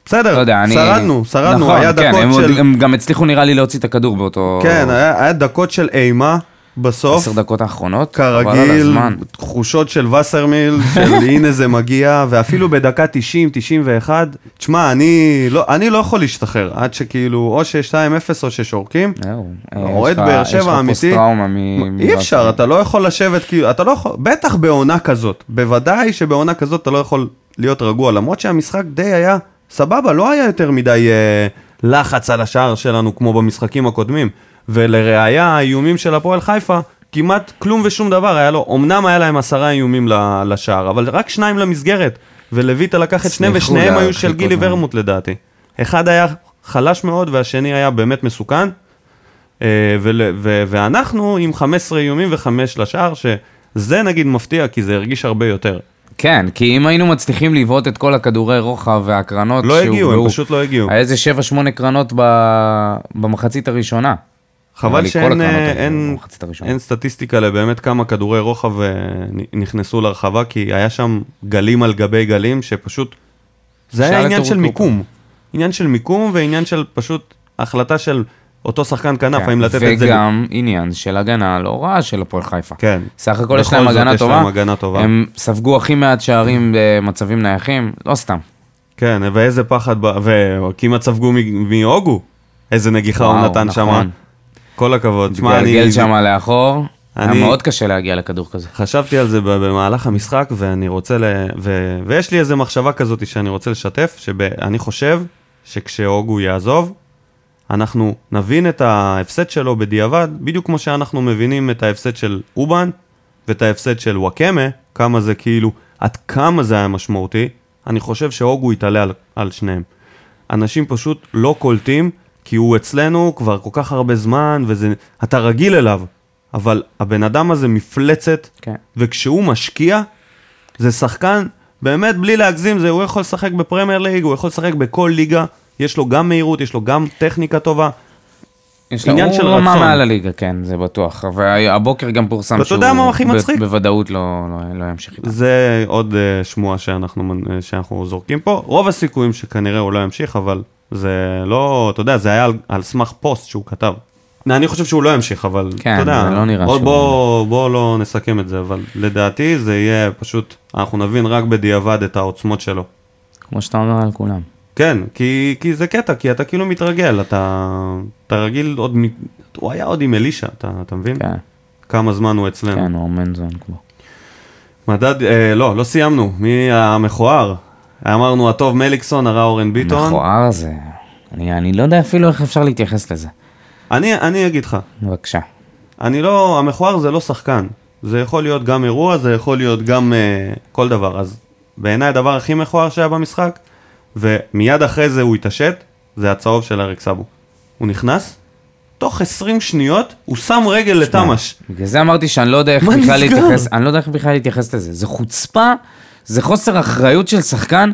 A: בסדר,
B: לא יודע, אני...
A: שרדנו, שרדנו,
B: נכון,
A: היה
B: כן,
A: דקות
B: הם,
A: של...
B: עוד- הם גם הצליחו נראה לי להוציא את הכדור באותו...
A: כן, היה, היה דקות של אימה בסוף,
B: עשר דקות האחרונות. חבל על
A: כרגיל,
B: הזמן.
A: תחושות של וסרמיל, של הנה זה מגיע, ואפילו בדקה 90, 91, תשמע, אני לא, אני לא יכול להשתחרר, עד שכאילו, או שיש 2-0 או ששורקים.
B: זהו. אה,
A: לא, אוהד
B: יש לך-
A: באר שבע
B: יש לך
A: האמיתי.
B: פוסט-טראומה מ...
A: אי אפשר,
B: מ-
A: אתה לא יכול לשבת, כאילו, אתה לא יכול, בטח בעונה כזאת, בוודאי שבעונה כזאת אתה לא יכול להיות רגוע, למרות שהמשחק די היה סבבה, לא היה יותר מדי אה, לחץ על השער שלנו כמו במשחקים הקודמים. ולראיה, האיומים של הפועל חיפה, כמעט כלום ושום דבר היה לו. אמנם היה להם עשרה איומים ל- לשער, אבל רק שניים למסגרת. ולויטה לקח את שניהם,
B: סליחו
A: ושניהם היו
B: להרחיק
A: של גילי
B: אותם.
A: ורמוט לדעתי. אחד היה חלש מאוד והשני היה באמת מסוכן. אה, ול- ו- ואנחנו עם 15 איומים וחמש לשער, שזה נגיד מפתיע, כי זה הרגיש הרבה יותר.
B: כן, כי אם היינו מצליחים לבעוט את כל הכדורי רוחב והקרנות
A: לא הגיעו, הם
B: שהובלעו,
A: פשוט לא הגיעו.
B: היה איזה 7-8 קרנות ב... במחצית הראשונה. נראה
A: חבל
B: לי כל
A: שאין
B: הקרנות
A: אה,
B: היו
A: אין-
B: במחצית הראשונה.
A: אין סטטיסטיקה לבאמת כמה כדורי רוחב אה, נ- נכנסו לרחבה, כי היה שם גלים על גבי גלים, שפשוט... זה
B: שער
A: היה עניין
B: לטורות
A: של
B: קוקו.
A: מיקום. עניין של מיקום ועניין של פשוט החלטה של אותו שחקן כנף,
B: כן,
A: האם לתת את זה...
B: וגם עניין של הגנה לא רעה של הפועל חיפה.
A: כן.
B: סך הכל יש
A: בכל
B: להם
A: זאת
B: הגנה
A: יש
B: טובה.
A: להם הגנה טובה.
B: הם ספגו הכי מעט שערים במצבים נייחים, לא סתם.
A: כן, ואיזה פחד, ב- וכמעט ספגו מ- מהוגו. איזה נגיחה הוא
B: וואו,
A: נתן שם.
B: נכון.
A: כל הכבוד. תשמע,
B: התגלגל
A: אני
B: שם לאחור, היה
A: אני-
B: מאוד קשה להגיע לכדור כזה.
A: חשבתי על זה ב- במהלך המשחק, ואני רוצה ל... ו... ויש לי איזו מחשבה כזאת שאני רוצה לשתף, שאני חושב שכשהוגו יעזוב, אנחנו נבין את ההפסד שלו בדיעבד, בדיוק כמו שאנחנו מבינים את ההפסד של אובן ואת ההפסד של וואקמה, כמה זה כאילו, עד כמה זה היה משמעותי, אני חושב שהוגו יתעלה על, על שניהם. אנשים פשוט לא קולטים, כי הוא אצלנו כבר כל כך הרבה זמן, וזה, אתה רגיל אליו, אבל הבן אדם הזה מפלצת,
B: כן.
A: וכשהוא משקיע, זה שחקן, באמת בלי להגזים, זה, הוא יכול לשחק בפרמייר ליג, הוא יכול לשחק בכל ליגה, יש לו גם מהירות, יש לו גם טכניקה טובה.
B: יש לה-
A: עניין של
B: הוא רמה
A: רצון.
B: מעל הליגה, כן, זה בטוח. והבוקר גם פורסם
A: ואתה יודע מה הכי
B: ב-
A: מצחיק?
B: בוודאות לא לא- לא ימשיך איתה.
A: זה עוד אה, שמועה שאנחנו, מנ- אה, שאנחנו זורקים פה. רוב הסיכויים שכנראה הוא לא ימשיך, אבל זה לא, אתה יודע, זה היה על, על סמך פוסט שהוא כתב. לא, אני חושב שהוא לא ימשיך, אבל
B: כן,
A: אתה יודע,
B: זה לא נראה
A: עוד
B: שהוא-
A: בוא, בוא לא נסכם את זה, אבל לדעתי זה יהיה פשוט, אנחנו נבין רק בדיעבד את העוצמות שלו.
B: כמו שאתה אומר על כולם.
A: כן, כי, כי זה קטע, כי אתה כאילו מתרגל, אתה, אתה רגיל עוד, מ- הוא היה עוד עם אלישע, אתה, אתה מבין?
B: כן,
A: כמה זמן הוא אצלנו.
B: כן, הוא מנזון כבר.
A: מדד, אה, לא, לא סיימנו, מי המכוער? אמרנו, הטוב מליקסון, הרע אורן ביטון.
B: מכוער זה... אני אני לא יודע אפילו איך אפשר להתייחס לזה.
A: אני, אני אגיד לך,
B: בבקשה.
A: אני לא, המכוער זה לא שחקן. זה יכול להיות גם אירוע, זה יכול להיות גם אה, כל דבר. אז בעיניי הדבר הכי מכוער שהיה במשחק, ומיד אחרי זה הוא התעשת, זה הצהוב של אריק סאבו. הוא נכנס, תוך 20 שניות הוא שם רגל לתמ"ש.
B: בגלל זה אמרתי שאני לא יודע איך
A: מה
B: בכלל
A: נסגר?
B: להתייחס, אני לא יודע איך בכלל להתייחס לזה. זה חוצפה, זה חוסר אחריות של שחקן.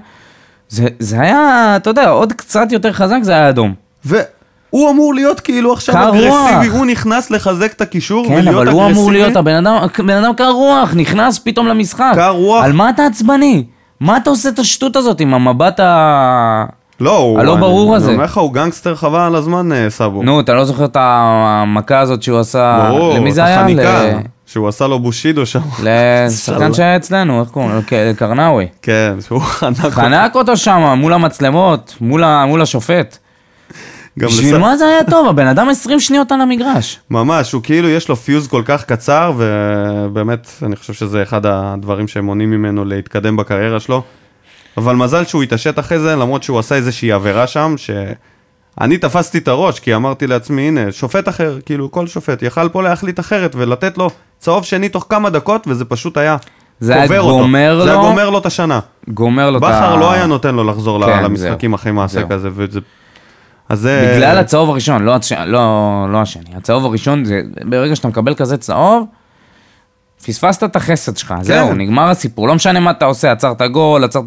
B: זה, זה היה, אתה יודע, עוד קצת יותר חזק זה היה אדום.
A: והוא אמור להיות כאילו עכשיו
B: קר
A: אגרסיבי,
B: רוח.
A: הוא נכנס לחזק את הקישור
B: כן,
A: ולהיות
B: אבל
A: אגרסיבי.
B: הוא אמור להיות הבן אדם, בן אדם קר רוח, נכנס פתאום למשחק.
A: קר רוח.
B: על מה אתה עצבני? מה אתה עושה את השטות הזאת עם המבט ה...
A: לא, הוא...
B: הלא
A: אני-
B: ברור הזה.
A: אני אומר לך, הוא גנגסטר חבל על הזמן, אה, סאבו.
B: נו, אתה לא זוכר את המכה הזאת שהוא עשה...
A: ברור,
B: למי זה היה?
A: החניקה, שהוא עשה לו בושידו שם.
B: ל- לשחקן שהיה אצלנו, איך קוראים לו? ק- קרנאווי.
A: כן, שהוא חנק. אותו.
B: חנק אותו שם, מול המצלמות, מול ה- מול השופט.
A: גם
B: בשביל
A: לס-
B: מה זה היה טוב? הבן אדם 20 שניות על המגרש.
A: ממש, הוא כאילו יש לו פיוז כל כך קצר, ובאמת, אני חושב שזה אחד הדברים שמונעים ממנו להתקדם בקריירה שלו. אבל מזל שהוא התעשת אחרי זה, למרות שהוא עשה איזושהי עבירה שם, שאני תפסתי את הראש, כי אמרתי לעצמי, הנה, שופט אחר, כאילו, כל שופט, יכל פה להחליט אחרת ולתת לו צהוב שני תוך כמה דקות, וזה פשוט היה
B: זה היה
A: קובר אותו.
B: גומר
A: זה היה
B: לו-
A: גומר לו את השנה.
B: גומר לו את ה...
A: בכר לא היה נותן לו לחזור ל-
B: כן,
A: למשחקים
B: זהו,
A: אחרי מעשה
B: זהו.
A: כזה, וזה... אז זה...
B: בגלל הצהוב הראשון, לא, הצ... לא, לא השני. הצהוב הראשון, זה... ברגע שאתה מקבל כזה צהוב, פספסת את החסד שלך,
A: כן.
B: זהו, נגמר הסיפור. לא משנה מה אתה עושה, עצרת גול, עצרת...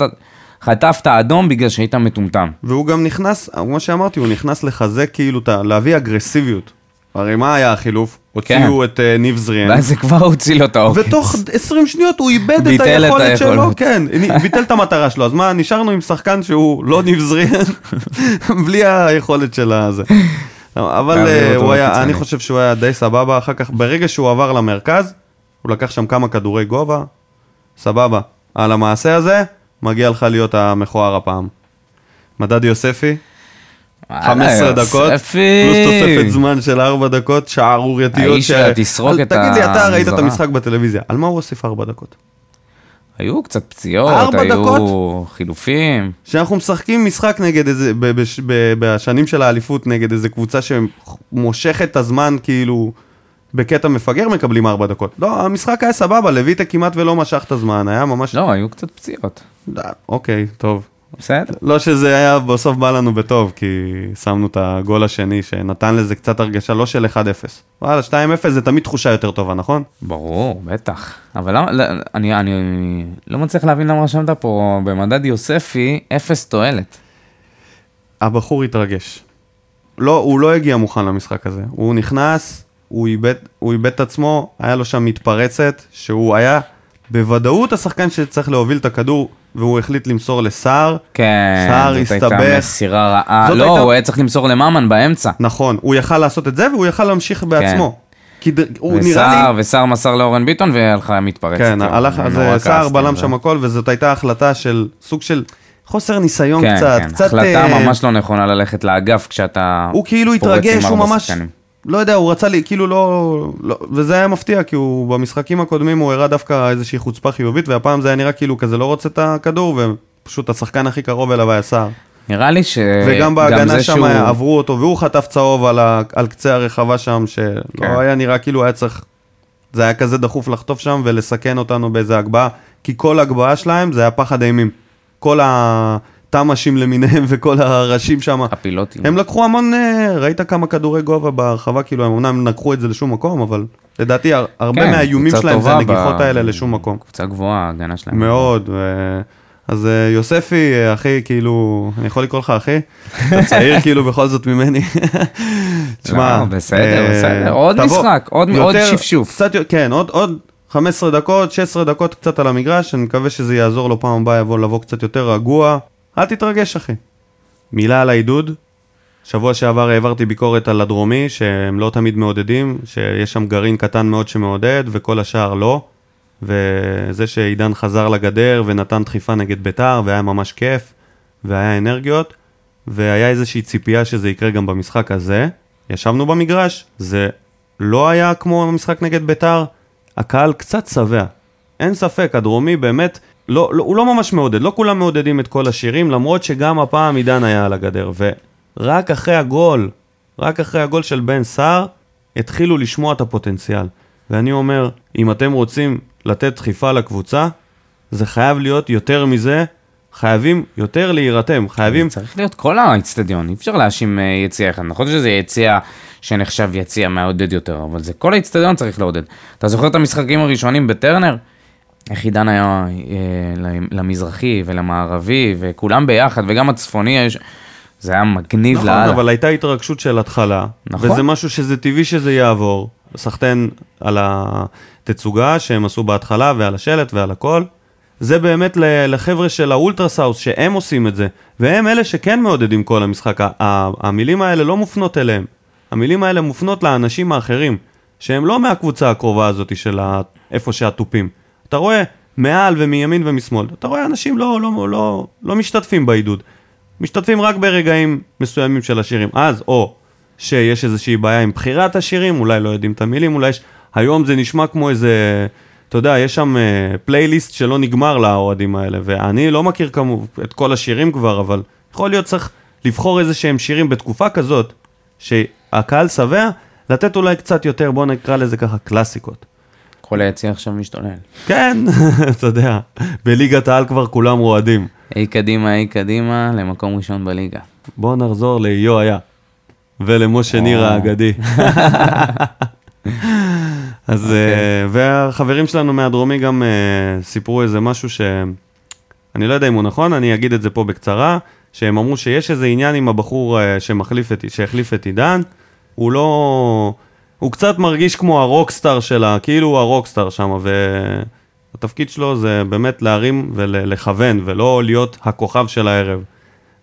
B: חטפת אדום בגלל שהיית מטומטם.
A: והוא גם נכנס, כמו שאמרתי, הוא נכנס לחזק כאילו, את ה- להביא אגרסיביות. הרי מה היה החילוף? הוציאו את אה, ניב זריאן,
B: כן. ואז זה כבר הוציא לו את העוקץ.
A: ותוך 20 שניות הוא איבד את
B: ביטל את
A: היכולת שלו,
B: היכולת.
A: כן, נ- ביטל את המטרה שלו, אז מה, נשארנו עם שחקן שהוא לא ניב זריאן, בלי היכולת של הזה. אבל
B: תעביר
A: אה,
B: אותו
A: הוא היה,
B: לקיצוני.
A: אני חושב שהוא היה די סבבה, אחר כך, ברגע שהוא עבר למרכז, הוא לקח שם כמה כדורי גובה, סבבה. על המעשה הזה, מגיע לך להיות המכוער הפעם. מדד יוספי,
B: וואלה,
A: 15 דקות,
B: יוספי.
A: פלוס תוספת זמן של 4 דקות, שערורייתיות.
B: האיש
A: ש-
B: שתסרוק
A: אל-
B: את
A: תגיד לי, אתה ראית את
B: המזרה.
A: המשחק בטלוויזיה, על מה הוא הוסיף 4 דקות?
B: היו קצת פציעות,
A: ארבע
B: היו
A: דקות?
B: חילופים.
A: שאנחנו משחקים משחק נגד איזה, ב- בש- ב- בשנים של האליפות, נגד איזה קבוצה שמושכת את הזמן כאילו בקטע מפגר, מקבלים 4 דקות. לא, המשחק היה סבבה, לויטה כמעט ולא משך את הזמן, היה ממש...
B: לא, היו קצת פציעות.
A: אוקיי, טוב.
B: בסדר.
A: לא שזה היה בסוף בא לנו בטוב, כי שמנו את הגול השני שנתן לזה קצת הרגשה לא של 1-0. וואלה, 2-0 זה תמיד תחושה יותר טובה, נכון?
B: ברור, בטח. אבל למה, לא, אני, אני לא מצליח להבין למה רשמת פה במדד יוספי אפס תועלת.
A: הבחור התרגש. לא, הוא לא הגיע מוכן למשחק הזה. הוא נכנס, הוא איבד, הוא איבד את עצמו, היה לו שם מתפרצת, שהוא היה בוודאות השחקן שצריך להוביל את הכדור, והוא החליט למסור לסער.
B: כן,
A: סער
B: זאת
A: הסתבך.
B: הייתה מסירה רעה.
A: זאת
B: לא,
A: הייתה-
B: הוא היה צריך למסור לממן באמצע.
A: נכון, הוא יכל לעשות את זה, והוא יכל להמשיך בעצמו. כי ד... הוא נראה לי...
B: וסער, וסער מסר לאורן ביטון והלכה מתפרצת.
A: כן, הלך, אז
B: נורא
A: סער
B: כעסתי על
A: בלם
B: זה.
A: שם הכל, וזאת הייתה החלטה של סוג של חוסר ניסיון
B: כן,
A: קצת,
B: כן,
A: קצת...
B: החלטה
A: אה,
B: ממש לא נכונה ללכת לאגף כשאתה
A: הוא כאילו
B: פורץ עם
A: התרגש, הוא
B: ארבע
A: ממש...
B: שחקנים.
A: לא יודע, הוא רצה לי, כאילו לא, לא... וזה היה מפתיע, כי הוא במשחקים הקודמים הוא הראה דווקא איזושהי חוצפה חיובית, והפעם זה היה נראה כאילו הוא כזה לא רוצה את הכדור, ופשוט השחקן הכי קרוב אליו היה סער.
B: נראה לי ש...
A: וגם בהגנה
B: אה, זה
A: שם
B: שהוא-
A: היה- עברו אותו, והוא חטף צהוב על, ה... על קצה הרחבה שם, שלא
B: כן.
A: היה נראה כאילו היה צריך... זה היה כזה דחוף לחטוף שם ולסכן אותנו באיזה הגבהה, כי כל הגבהה שלהם זה היה פחד אימים. כל התמ"שים למיניהם וכל הראשים שם.
B: הפילוטים.
A: הם לקחו המון, אה, ראית כמה כדורי גובה בהרחבה, כאילו הם אמנם לקחו את זה לשום מקום, אבל לדעתי הר- הרבה
B: כן,
A: מהאיומים
B: קבוצה
A: שלהם זה
B: טובה
A: הנגיחות
B: ב-
A: האלה לשום מקום.
B: קבוצה גבוהה, ההגנה שלהם.
A: מאוד, ו... אז אה, יוספי, אה, אחי, כאילו, אני יכול לקרוא לך אחי? אתה צעיר כאילו בכל זאת ממני. תשמע,
B: לא, בסדר,
A: אה,
B: בסדר. עוד
A: תבוא.
B: משחק, עוד- עוד
A: יותר-
B: שפשוף.
A: קצת, יו- כן, עוד- עוד 15 דקות, 16 דקות קצת על המגרש, אני מקווה שזה יעזור לו פעם הבאה, יבוא לבוא קצת יותר רגוע. אל תתרגש, אחי. מילה על העידוד. שבוע שעבר העברתי ביקורת על הדרומי, שהם לא תמיד מעודדים, שיש שם גרעין קטן מאוד שמעודד, וכל השאר לא. וזה שעידן חזר לגדר ונתן דחיפה נגד ביתר, והיה ממש כיף, והיה אנרגיות, והיה איזושהי ציפייה שזה יקרה גם במשחק הזה. ישבנו במגרש, זה לא היה כמו המשחק נגד ביתר, הקהל קצת שבע. אין ספק, הדרומי באמת, לא, לא, הוא לא ממש מעודד, לא כולם מעודדים את כל השירים, למרות שגם הפעם עידן היה על הגדר, ורק אחרי הגול, רק אחרי הגול של בן סער, התחילו לשמוע את הפוטנציאל. ואני אומר, אם אתם רוצים לתת דחיפה לקבוצה, זה חייב להיות יותר מזה, חייבים יותר להירתם, חייבים...
B: צריך להיות כל האיצטדיון, אי אפשר להאשים אה, יציע אחד. נכון שזה יציע שנחשב יציע מעודד יותר, אבל זה כל האיצטדיון צריך לעודד. אתה זוכר את המשחקים הראשונים בטרנר? איך עידן היה אה, למזרחי ולמערבי, וכולם ביחד, וגם הצפוני, יש- זה היה מגניב
A: נכון,
B: לאללה.
A: אבל הייתה התרגשות של התחלה,
B: נכון.
A: וזה משהו שזה טבעי שזה יעבור. סחטיין על התצוגה שהם עשו בהתחלה ועל השלט ועל הכל. זה באמת ל- לחבר'ה של האולטרסאוס, שהם עושים את זה, והם אלה שכן מעודדים כל המשחק. ה- ה- המילים האלה לא מופנות אליהם, המילים האלה מופנות לאנשים האחרים, שהם לא מהקבוצה הקרובה הזאת של ה- איפה שהתופים. אתה רואה מעל ומימין ומשמאל, אתה רואה אנשים לא, לא, לא, לא משתתפים בעידוד. משתתפים רק ברגעים מסוימים של השירים. אז או שיש איזושהי בעיה עם בחירת השירים, אולי לא יודעים את המילים, אולי יש... היום זה נשמע כמו איזה... אתה יודע, יש שם אה, פלייליסט שלא נגמר לאוהדים האלה, ואני לא מכיר כמו את כל השירים כבר, אבל יכול להיות צריך לבחור איזה שהם שירים בתקופה כזאת, שהקהל שבע, לתת אולי קצת יותר, בוא נקרא לזה ככה, קלאסיקות.
B: כל היציע עכשיו משתולל.
A: כן, אתה יודע, בליגת העל כבר כולם רועדים.
B: אי קדימה, אי קדימה, למקום ראשון בליגה.
A: בואו נחזור לאיו היה ולמשה ניר
B: אה.
A: האגדי. אז אה, והחברים שלנו מהדרומי גם אה, סיפרו איזה משהו ש... אני לא יודע אם הוא נכון, אני אגיד את זה פה בקצרה, שהם אמרו שיש איזה עניין עם הבחור אה, שמחליף את, שהחליף את עידן, הוא לא... הוא קצת מרגיש כמו הרוקסטאר שלה, כאילו הוא הרוקסטאר שם, והתפקיד שלו זה באמת להרים ולכוון, ולא להיות הכוכב של הערב.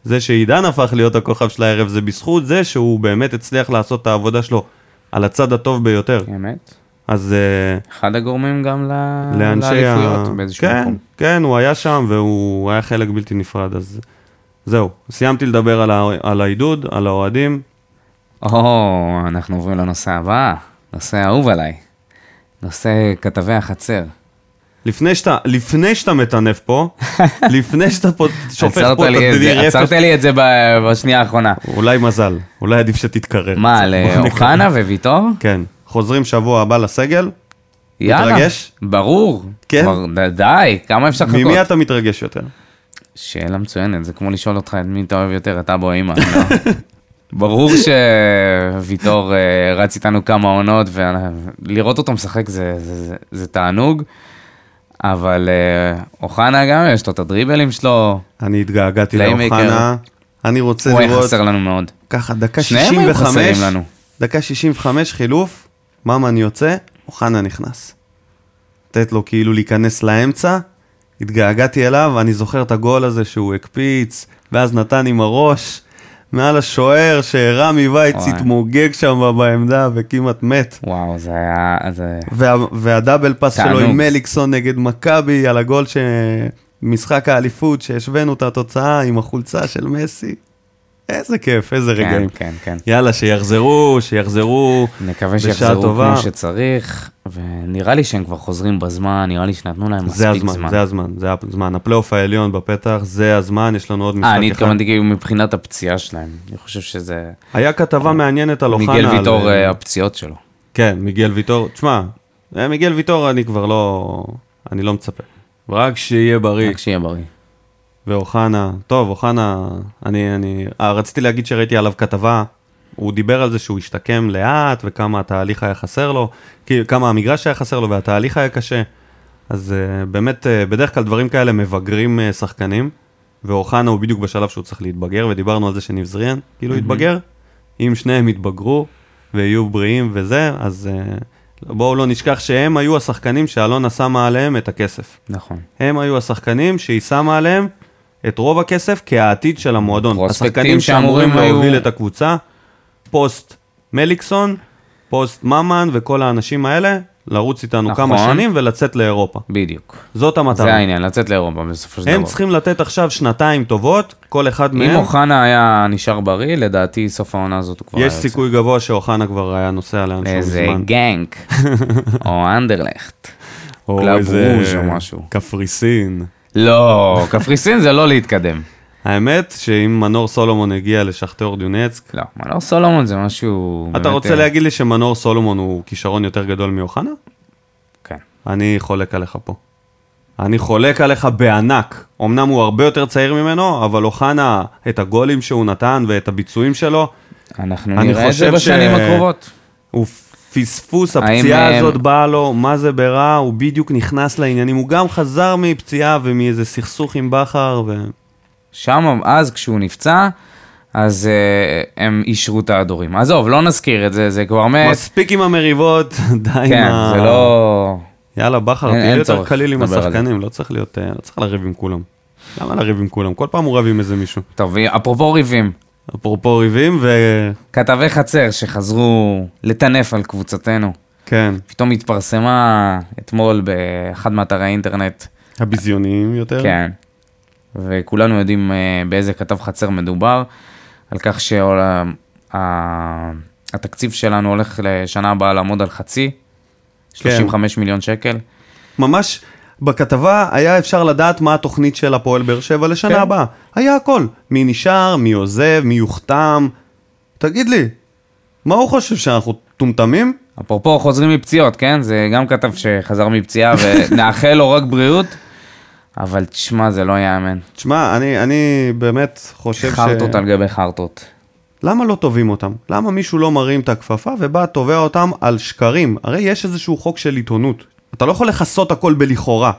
A: זה שעידן הפך להיות הכוכב של הערב, זה בזכות זה שהוא באמת הצליח לעשות את העבודה שלו על הצד הטוב ביותר.
B: אמת?
A: אז... אה,
B: אחד הגורמים גם ל...
A: לאנשי
B: לאליפויות באיזשהו
A: כן,
B: מקום.
A: כן, הוא היה שם והוא היה חלק בלתי נפרד, אז זהו. סיימתי לדבר על, ה... על העידוד, על האוהדים.
B: או, אנחנו עוברים לנושא הבא, נושא אהוב עליי. נושא כתבי החצר.
A: לפני שאתה, לפני שאתה מטנף פה, לפני שאתה פה שופך
B: עצרת
A: פה את
B: לי את זה-
A: הדלי
B: עצרת
A: רפש,
B: לי את זה ב- בשנייה האחרונה.
A: אולי מזל, אולי עדיף שתתקרר.
B: מה,
A: קצת. בוא נקרא.
B: לאוחנה וויטור?
A: כן. חוזרים שבוע הבא לסגל,
B: יאללה.
A: מתרגש?
B: ברור.
A: כן?
B: כבר- ד- די, כמה אפשר לחכות?
A: ממי אתה מתרגש יותר?
B: שאלה מצוינת, זה כמו לשאול אותך את מי אתה אוהב יותר, אתה בו אימא. לא. ברור שוויטור אה, רץ איתנו כמה עונות, ולראות אותו משחק זה, זה, זה, זה תענוג, אבל אה, אוחנה גם יש לו את הדריבלים שלו,
A: אני התגעגעתי
B: פליימייקר.
A: לאוחנה, אני רוצה
B: הוא היה
A: לראות,
B: חסר לנו מאוד.
A: ככה דקה
B: שניהם היו
A: 65,
B: חסרים לנו.
A: דקה 65 חילוף, ממן יוצא, אוחנה נכנס. לתת לו כאילו להיכנס לאמצע, התגעגעתי אליו, אני זוכר את הגול הזה שהוא הקפיץ, ואז נתן עם הראש, מעל השוער שרמי וייץ
B: וואי.
A: התמוגג שם בעמדה וכמעט מת.
B: וואו, זה היה... זה...
A: וה, והדאבל פאס
B: תענוג.
A: שלו עם מליקסון נגד מכבי על הגול ש... משחק האליפות שהשווינו את התוצאה עם החולצה של מסי. איזה כיף, איזה
B: כן,
A: רגעים.
B: כן, כן.
A: יאללה, שיחזרו, שיחזרו.
B: נקווה
A: בשעה
B: שיחזרו
A: טובה.
B: כמו שצריך, ונראה לי שהם כבר חוזרים בזמן, נראה לי שנתנו להם
A: זה
B: מספיק
A: הזמן,
B: זמן. אה,
A: זה הזמן, זה הזמן. הפלייאוף העליון בפתח, זה הזמן, יש לנו עוד משחק
B: אה,
A: אחד.
B: אני התכוונתי כאילו מבחינת הפציעה שלהם, אני חושב שזה...
A: היה כתבה מעניינת על אוחנה.
B: אה, מיגל
A: לא על-
B: ויטור, אה, הפציעות שלו.
A: כן, מיגל ויטור. תשמע, אה, מיגל ויטור אני כבר לא... אני לא מצפה. רק שיהיה בריא.
B: רק שיהיה בריא.
A: ואוחנה, טוב, אוחנה, אני, אני, אה, רציתי להגיד שראיתי עליו כתבה, הוא דיבר על זה שהוא השתקם לאט, וכמה התהליך היה חסר לו, כי- כמה המגרש היה חסר לו והתהליך היה קשה. אז uh, באמת, uh, בדרך כלל דברים כאלה מבגרים uh, שחקנים, ואוחנה הוא בדיוק בשלב שהוא צריך להתבגר, ודיברנו על זה שניב זריאן, כאילו התבגר, אם שניהם יתבגרו ויהיו בריאים וזה, אז uh, בואו לא נשכח שהם היו השחקנים שאלונה שמה עליהם את הכסף.
B: נכון.
A: הם היו השחקנים שהיא שמה עליהם את רוב הכסף כהעתיד של המועדון.
B: פרוספקטים
A: השחקנים שאמורים
B: שאמורים היו-
A: להוביל את הקבוצה, פוסט מליקסון, פוסט ממן וכל האנשים האלה, לרוץ איתנו
B: נכון.
A: כמה שנים ולצאת לאירופה.
B: בדיוק.
A: זאת המטרה.
B: זה העניין, לצאת לאירופה בסופו של דבר.
A: הם צריכים לתת עכשיו שנתיים טובות, כל אחד
B: אם
A: מהם.
B: אוחנה היה נשאר בריא, לדעתי סוף העונה הזאת הוא כבר היה
A: יש
B: יוצא.
A: סיכוי גבוה שאוחנה כבר היה נוסע לאן שהוא
B: לאיזה
A: מזמן.
B: גנק, או אנדרלכט.
A: או
B: קלאב
A: איזה
B: רוז' או משהו.
A: קפריסין.
B: לא, קפריסין זה לא להתקדם.
A: האמת שאם מנור סולומון הגיע לשכתר דיונצק,
B: לא, מנור סולומון זה משהו...
A: אתה
B: באמת,
A: רוצה
B: אה,
A: להגיד לי שמנור סולומון הוא כישרון יותר גדול מאוחנה?
B: כן.
A: אני חולק עליך פה. אני חולק עליך בענק. אמנם הוא הרבה יותר צעיר ממנו, אבל אוחנה, את הגולים שהוא נתן ואת הביצועים שלו,
B: אנחנו
A: אני
B: נראה את
A: חושב
B: זה
A: ש-
B: בשנים הקרובות.
A: הוא פספוס,
B: האם,
A: הפציעה
B: אה,
A: הזאת באה לו, מה זה ברע, הוא בדיוק נכנס לעניינים, הוא גם חזר מפציעה ומאיזה סכסוך עם בכר,
B: אה,
A: ו...
B: שם, אז כשהוא נפצע, אז uh, הם אישרו את ההדורים. עזוב, לא נזכיר את זה, זה כבר מת.
A: מספיק עם המריבות, די עם
B: כן,
A: ה...
B: זה לא...
A: יאללה, בכר,
B: אין-
A: תהיה
B: אין
A: יותר
B: צורך
A: קליל עם
B: לדבר על זה.
A: השחקנים, לא צריך להיות, אה, לא צריך לריב עם כולם. למה לריב עם כולם? כל פעם הוא רב עם איזה מישהו.
B: טוב, אפרופו ריבים,
A: אפרופו ריבים, וכן,
B: כתבי חצר שחזרו לטנף על קבוצתנו.
A: כן,
B: פתאום התפרסמה אתמול באחד מאתרי האינטרנט,
A: הביזיוניים יותר.
B: כן, וכולנו יודעים אה, באיזה כתב חצר מדובר, על כך שהתקציב שלנו הולך לשנה הבאה לעמוד על חצי,
A: כן.
B: 35 מיליון שקל.
A: ממש בכתבה היה אפשר לדעת מה התוכנית של הפועל באר שבע לשנה
B: כן.
A: כן. הבאה. היה הכל. מי נשאר, מי עוזב, מי יוחתם. תגיד לי, מה הוא חושב, שאנחנו מטומטמים?
B: אפרופו חוזרים מפציעות, כן? זה גם כתב שחזר מפציעה ונאחל לו רק בריאות, אבל תשמע, זה לא ייאמן.
A: תשמע, אני, אני באמת חושב ש...
B: חרטות על גבי חרטות.
A: למה לא תובעים אותם? למה מישהו לא מרים את הכפפה ובא תובע אותם על שקרים? הרי יש איזשהו חוק של עיתונות. אתה לא יכול לכסות הכל בלכאורה.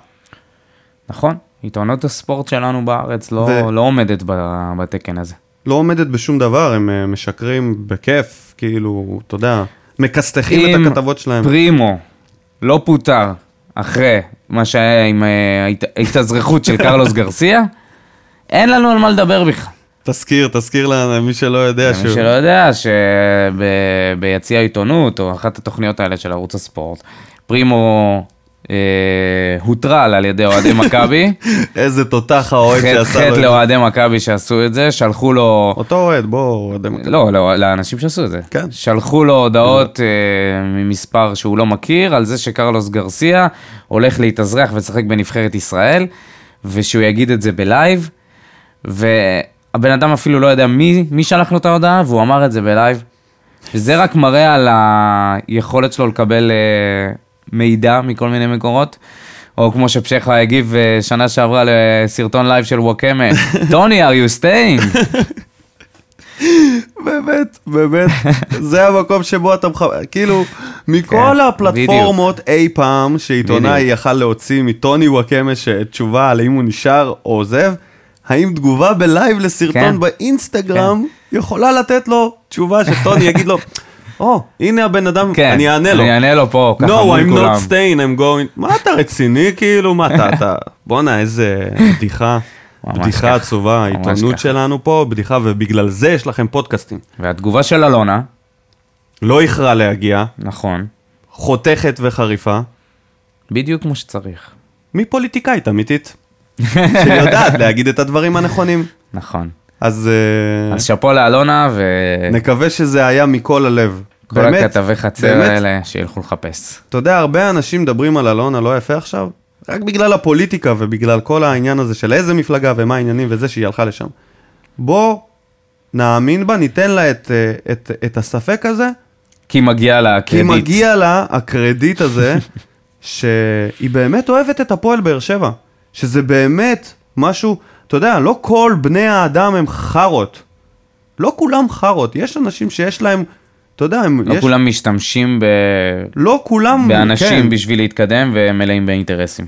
B: נכון, עיתונות הספורט שלנו בארץ לא,
A: ו-
B: לא עומדת ב- בתקן הזה.
A: לא עומדת בשום דבר, הם אה, משקרים בכיף, כאילו, אתה יודע, מכסתחים את הכתבות שלהם.
B: פרימו לא פוטר אחרי מה שהיה עם אה, ההת- ההתאזרחות של קרלוס גרסיה, אין לנו על מה לדבר בכלל.
A: תזכיר, תזכיר למי שלא יודע
B: למי שלא יודע, שביציע העיתונות, או אחת התוכניות האלה של ערוץ הספורט, פרימו אה, הוטרל על ידי אוהדי מכבי,
A: איזה תותח האוהד
B: חטא
A: שעשה
B: חטא
A: לו את
B: לאוהדי מכבי שעשו את זה, שלחו לו...
A: זה. אותו אוהד, בואו, אוהדי מכבי.
B: לא, לא, לאנשים שעשו את זה.
A: כן.
B: שלחו לו הודעות אה, ממספר שהוא לא מכיר, על זה שקרלוס גרסיה הולך להתאזרח ולשחק בנבחרת ישראל, ושהוא יגיד את זה בלייב, והבן אדם אפילו לא יודע מי, מי שלח לו את ההודעה, והוא אמר את זה בלייב. וזה רק מראה על היכולת שלו לקבל אה, מידע מכל מיני מקורות. או כמו שפשחה הגיב אה, שנה שעברה לסרטון לייב של וואקמה, טוני, are you staying?
A: באמת, באמת, זה המקום שבו אתה מחבר, כאילו,
B: כן,
A: מכל הפלטפורמות אי פעם שעיתונאי יכל להוציא מטוני וואקמה ש- תשובה על אם הוא נשאר או עוזב, האם תגובה בלייב
B: כן.
A: לסרטון באינסטגרם יכולה לתת לו תשובה שטוני יגיד לו, או, הנה הבן אדם,
B: כן,
A: אני אענה לו.
B: אני אענה לו פה, ככה
A: No,
B: מול
A: I'm
B: כולם.
A: not staying, I'm going. מה אתה רציני כאילו? מה אתה, אתה... בואנה, איזה בדיחה.
B: ממש
A: בדיחה
B: ככה,
A: עצובה,
B: ממש
A: העיתונות
B: ככה.
A: שלנו פה, בדיחה, ובגלל זה יש לכם פודקאסטים.
B: והתגובה של אלונה,
A: לא איחרה להגיע,
B: נכון,
A: חותכת וחריפה,
B: בדיוק כמו שצריך.
A: מפוליטיקאית אמיתית, שיודעת להגיד את הדברים הנכונים.
B: נכון.
A: אז אה,
B: אז שאפו לאלונה וכל
A: נקווה שזה היה מכל הלב.
B: הכתבי חצר
A: באמת,
B: האלה שילכו לחפש.
A: אתה יודע, הרבה אנשים מדברים על אלונה לא יפה עכשיו, רק בגלל הפוליטיקה ובגלל כל העניין הזה של איזה מפלגה ומה העניינים וזה שהיא הלכה לשם. בוא נאמין בה, ניתן לה את, אה, את, את הספק הזה,
B: כי מגיע לה
A: כי
B: קרדיט.
A: מגיע לה הקרדיט הזה, שהיא באמת אוהבת את הפועל באר שבע, שזה באמת משהו, אתה יודע, לא כל בני האדם הם חארות. לא כולם חארות, יש אנשים שיש להם, אתה יודע, הם,
B: לא
A: יש,
B: כולם משתמשים ב...
A: לא כולם,
B: באנשים
A: כן.
B: בשביל להתקדם ומלאים באינטרסים.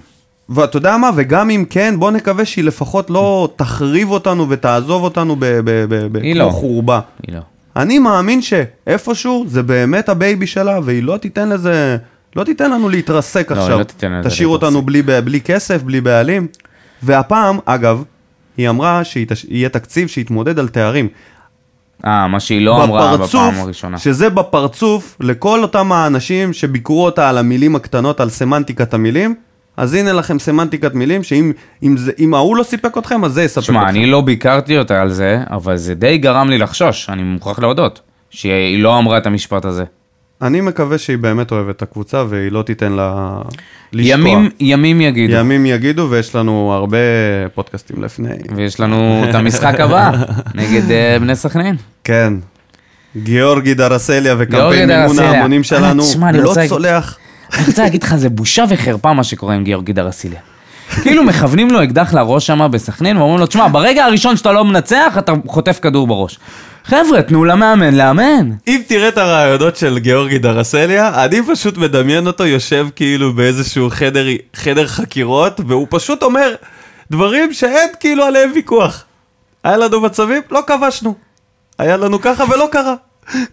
A: ואתה יודע מה, וגם אם כן, בוא נקווה שהיא לפחות לא תחריב אותנו ותעזוב אותנו ב- ב- ב- ב-
B: היא
A: כמו
B: לא.
A: חורבה.
B: היא לא.
A: אני מאמין שאיפשהו זה באמת הבייבי שלה, והיא לא תיתן לזה, לא תיתן לנו להתרסק
B: לא,
A: עכשיו.
B: היא לא תיתן לזה
A: תשאיר
B: להתרסק.
A: אותנו בלי, ב- בלי כסף, בלי בעלים. והפעם, אגב, היא אמרה שיהיה תקציב שיתמודד על תארים.
B: אה, מה שהיא לא אמרה בפעם הראשונה.
A: שזה בפרצוף לכל אותם האנשים שביקרו אותה על המילים הקטנות, על סמנטיקת המילים. אז הנה לכם סמנטיקת מילים, שאם אם זה, אם ההוא לא סיפק אתכם, אז זה יספק
B: שמע,
A: אתכם.
B: אני לא ביקרתי אותה על זה, אבל זה די גרם לי לחשוש, אני מוכרח להודות, שהיא לא אמרה את המשפט הזה. לא-
A: אני מקווה שהיא באמת אוהבת את הקבוצה, והיא לא תיתן לה לשקוע.
B: ימים, ימים יגידו.
A: ימים יגידו, ויש לנו הרבה פודקאסטים לפני.
B: ויש לנו את המשחק הבא נגד אה, בני סכנין.
A: כן. גיאורגי דרסליה
B: גיאורגי
A: וקמפיין מימון
B: דרסליה.
A: ההמונים
B: אה,
A: שלנו,
B: תשמע, אני
A: לא
B: רוצה-
A: צולח.
B: אני רוצה להגיד לך, זה בושה וחרפה מה שקורה עם גיאורגי דרסיליה. כאילו מכוונים לו אקדח לראש שם בסכנין, ואומרים לו, תשמע, ברגע הראשון שאתה לא מנצח, אתה חוטף כדור בראש. חבר'ה, תנו למאמן לאמן.
A: אם תראה את הרעיונות של גיאורגי דרסליה, אני פשוט מדמיין אותו יושב כאילו באיזשהו חדר, חדר חקירות, והוא פשוט אומר דברים שאין כאילו עליהם ויכוח. היה לנו מצבים, לא כבשנו. היה לנו ככה ולא קרה.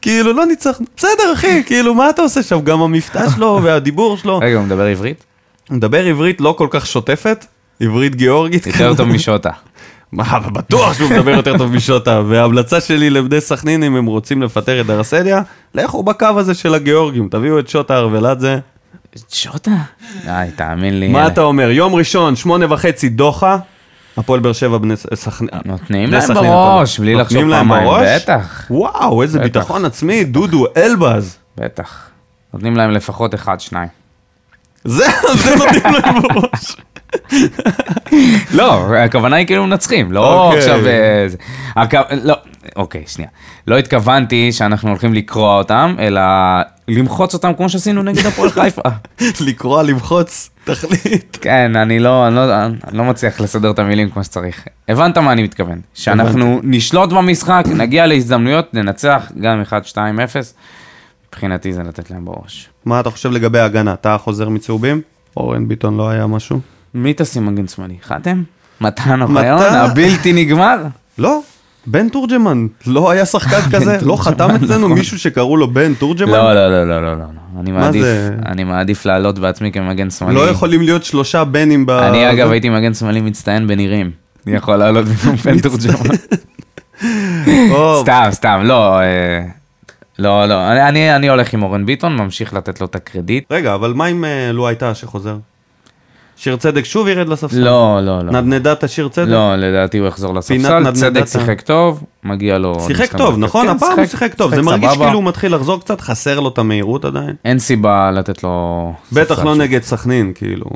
A: כאילו, לא ניצחנו. בסדר, אחי, כאילו, מה אתה עושה שם? גם המבטא שלו והדיבור שלו.
B: רגע, הוא מדבר עברית?
A: הוא מדבר עברית לא כל כך שוטפת, עברית גיאורגית.
B: יותר טוב משוטה.
A: מה, אבל בטוח שהוא מדבר יותר טוב משוטה, וההמלצה שלי לבני סכנין, אם הם רוצים לפטר את דרסליה, לכו בקו הזה של הגיאורגים, תביאו את שוטה ארוולדזה.
B: שוטה? די, תאמין לי.
A: מה אתה אומר? יום ראשון, שמונה וחצי, דוחה, הפועל באר שבע בני סכנין.
B: אה, נותנים
A: בני
B: להם
A: סכנין,
B: בראש,
A: הפועל.
B: בלי לחשוב
A: נותנים להם
B: פעמיים,
A: בראש?
B: בטח.
A: וואו, איזה
B: בטח.
A: ביטחון עצמי, דודו, אלבז.
B: בטח. נותנים להם לפחות אחד, שניים.
A: זה, זה נותנים להם בראש.
B: לא, הכוונה היא כאילו מנצחים, לא
A: אוקיי.
B: עכשיו... אה, זה- הכ- לא, אוקיי, שנייה. לא התכוונתי שאנחנו הולכים לקרוע אותם, אלא למחוץ אותם כמו שעשינו נגד הפועל חיפה.
A: לקרוע, למחוץ, תחליט.
B: כן, אני לא, אני לא, אני לא מצליח לסדר את המילים כמו שצריך. הבנת מה אני מתכוון. שאנחנו נשלוט במשחק, נגיע להזדמנויות, ננצח גם 1-2-0. מבחינתי זה לתת להם בראש.
A: מה אתה חושב לגבי ההגנה? אתה חוזר מצהובים? אורן ביטון לא היה משהו?
B: מי תשים מגן שמאלי? חתם?
A: מתן?
B: מתן אוחיון? הבלתי נגמר?
A: לא, בן תורג'מן, לא היה שחקן כזה, לא חתם אצלנו מישהו שקראו לו בן תורג'מן?
B: נכון. לא, לא, לא, לא, לא, לא. לא. אני מעדיף,
A: זה?
B: אני מעדיף לעלות בעצמי כמגן שמאלי.
A: לא יכולים להיות שלושה בנים ב...
B: אני אגב הייתי מגן שמאלי מצטיין בנירים. אני יכול לעלות במקום פנטורג'מן.
A: או,
B: סתם, סתם, לא. אה, לא, לא. אני- אני אני הולך עם אורן ביטון, ממשיך לתת לו את הקרדיט.
A: רגע, אבל מה אם אה, לו הייתה שחוזר? שיר צדק שוב ירד לספסל?
B: לא, לא, לא.
A: נדנדה את השיר צדק?
B: לא, לדעתי הוא יחזור לספסל.
A: פינת
B: צדק
A: נדנדה.
B: שיחק טוב, מגיע לו...
A: שיחק
B: להשתמש
A: טוב,
B: בהרכב.
A: נכון?
B: כן,
A: הפעם הוא שיחק טוב, זה
B: שיחק
A: מרגיש
B: סבבה.
A: כאילו הוא מתחיל לחזור קצת, חסר לו את המהירות עדיין.
B: אין סיבה לתת לו...
A: בטח
B: ספסל
A: לא
B: שם.
A: נגד סכנין, כאילו.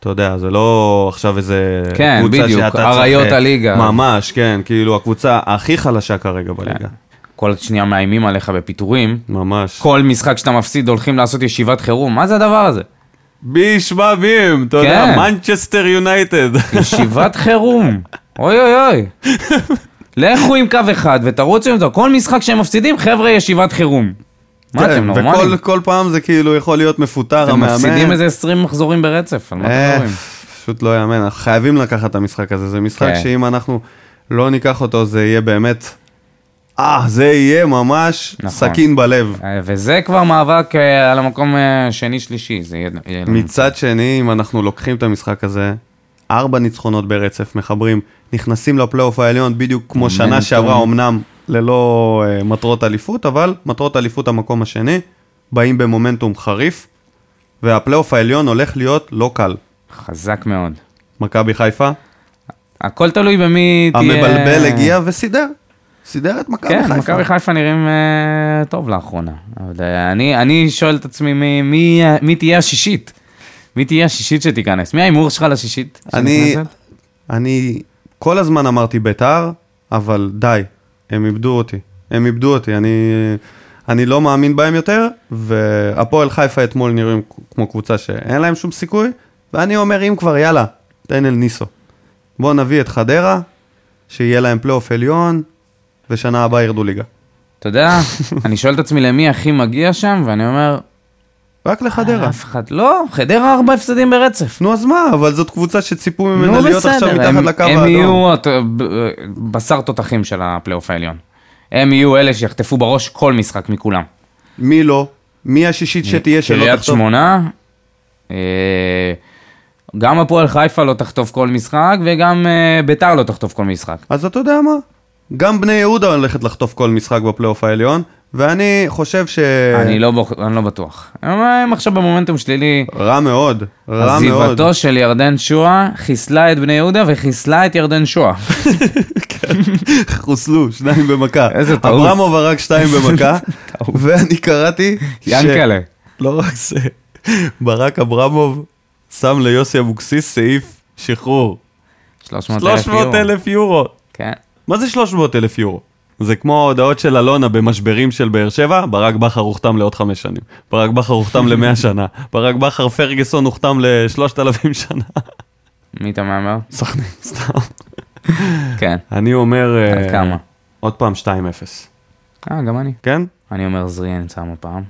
A: אתה יודע, זה לא עכשיו איזה
B: כן,
A: קבוצה
B: בדיוק,
A: שאתה
B: אריות
A: אה,
B: הליגה. כן.
A: ממש, כן, כאילו הקבוצה הכי חלשה כרגע בליגה.
B: כל שנייה מאיימים עליך בפיטורים.
A: ממש.
B: כל משחק שאתה מפסיד הולכים לעשות ישיבת חירום, מה זה הדבר הזה?
A: בישמע בים, אתה יודע,
B: כן.
A: מנצ'סטר יונייטד.
B: ישיבת חירום, אוי אוי אוי. לכו עם קו אחד ותרוצו עם זה, כל משחק שהם מפסידים, חבר'ה, ישיבת חירום. מה אתם נורמלים?
A: כן, וכל כל פעם זה כאילו יכול להיות מפוטר,
B: אתם
A: המאמן.
B: מפסידים איזה 20 מחזורים ברצף, על מה אתם
A: אה,
B: מדברים?
A: פשוט לא יאמן, אנחנו חייבים לקחת את המשחק הזה, זה משחק
B: כן.
A: שאם אנחנו לא ניקח אותו זה יהיה באמת, אה, זה יהיה ממש
B: נכון.
A: סכין בלב.
B: אה, וזה כבר מאבק אה, על המקום אה, שני-שלישי, זה יהיה... יהיה לנו-
A: מצד שני, אם אנחנו לוקחים את המשחק הזה, ארבע ניצחונות ברצף, מחברים, נכנסים לפלייאוף העליון בדיוק כמו שנה
B: מומנטום.
A: שעברה, אמנם ללא אה, מטרות אליפות, אבל מטרות אליפות המקום השני, באים במומנטום חריף, והפלייאוף העליון הולך להיות לא קל.
B: חזק מאוד.
A: מכבי חיפה,
B: הכל תלוי במי תהיה...
A: המבלבל הגיע וסידר, סידר את מכבי
B: כן,
A: חיפה.
B: מכבי חיפה נראים אה, טוב לאחרונה. אבל, אה, אני, אני שואל את עצמי, מי, מי, מי תהיה השישית? מי תהיה השישית שתיכנס? מי ההימור שלך לשישית?
A: אני,
B: שנכנסת?
A: אני כל הזמן אמרתי ביתר, אבל די, הם איבדו אותי. הם איבדו אותי, אני, אני לא מאמין בהם יותר, והפועל חיפה אתמול נראים כמו קבוצה שאין להם שום סיכוי, ואני אומר, אם כבר, יאללה, תן אל ניסו. בואו נביא את חדרה, שיהיה להם פלייאוף עליון, ושנה הבאה ירדו ליגה.
B: אתה יודע, אני שואל את עצמי למי הכי מגיע שם, ואני אומר,
A: רק לחדרה.
B: אף אחד לא, חדרה ארבע הפסדים ברצף.
A: נו, אז מה, אבל זאת קבוצה שציפו ממנה
B: נו,
A: להיות עכשיו
B: בסדר,
A: מתחת
B: הם-
A: לקו
B: הם
A: האדום.
B: יהיו הת- ב- אה, בשר תותחים של הפלייאוף העליון. הם יהיו אלה שיחטפו בראש כל משחק מכולם.
A: מי לא? מי השישית שתהיה שלא
B: קריית
A: תחתום?
B: שמונה, אה, גם הפועל חיפה לא תחטוף כל משחק, וגם אה, ביתר לא תחטוף כל משחק.
A: אז אתה יודע מה? גם בני יהודה הולכת לחטוף כל משחק בפלייאוף העליון, ואני חושב ש...
B: אני לא בוח- אני לא בטוח. הם הם עכשיו במומנטום שלילי.
A: רע מאוד, רע מאוד.
B: עזיבתו של ירדן שואה חיסלה את בני יהודה וחיסלה את ירדן שואה.
A: חוסלו, שניים במכה.
B: איזה טעות.
A: אברמוב הרג שתיים במכה, ואני קראתי... ש-
B: ינקלה.
A: לא רק זה, ברק אברמוב שם ליוסי אבוקסיס סעיף שחרור.
B: 300 אלף
A: 300
B: יורו.
A: אלף יורו.
B: כן.
A: מה זה 300 אלף יורו? זה כמו ההודעות של אלונה במשברים של באר שבע, ברק בכר הוכתם לעוד חמש שנים, ברק בכר הוכתם למאה שנה, ברק בכר פרגוסון הוכתם לשלושת אלפים שנה.
B: מי אתה מהמר?
A: סתם.
B: כן.
A: אני אומר...
B: עד
A: אה,
B: כמה?
A: עוד פעם 2-0.
B: אה, גם אני.
A: כן?
B: אני אומר זריה ניצם הפעם.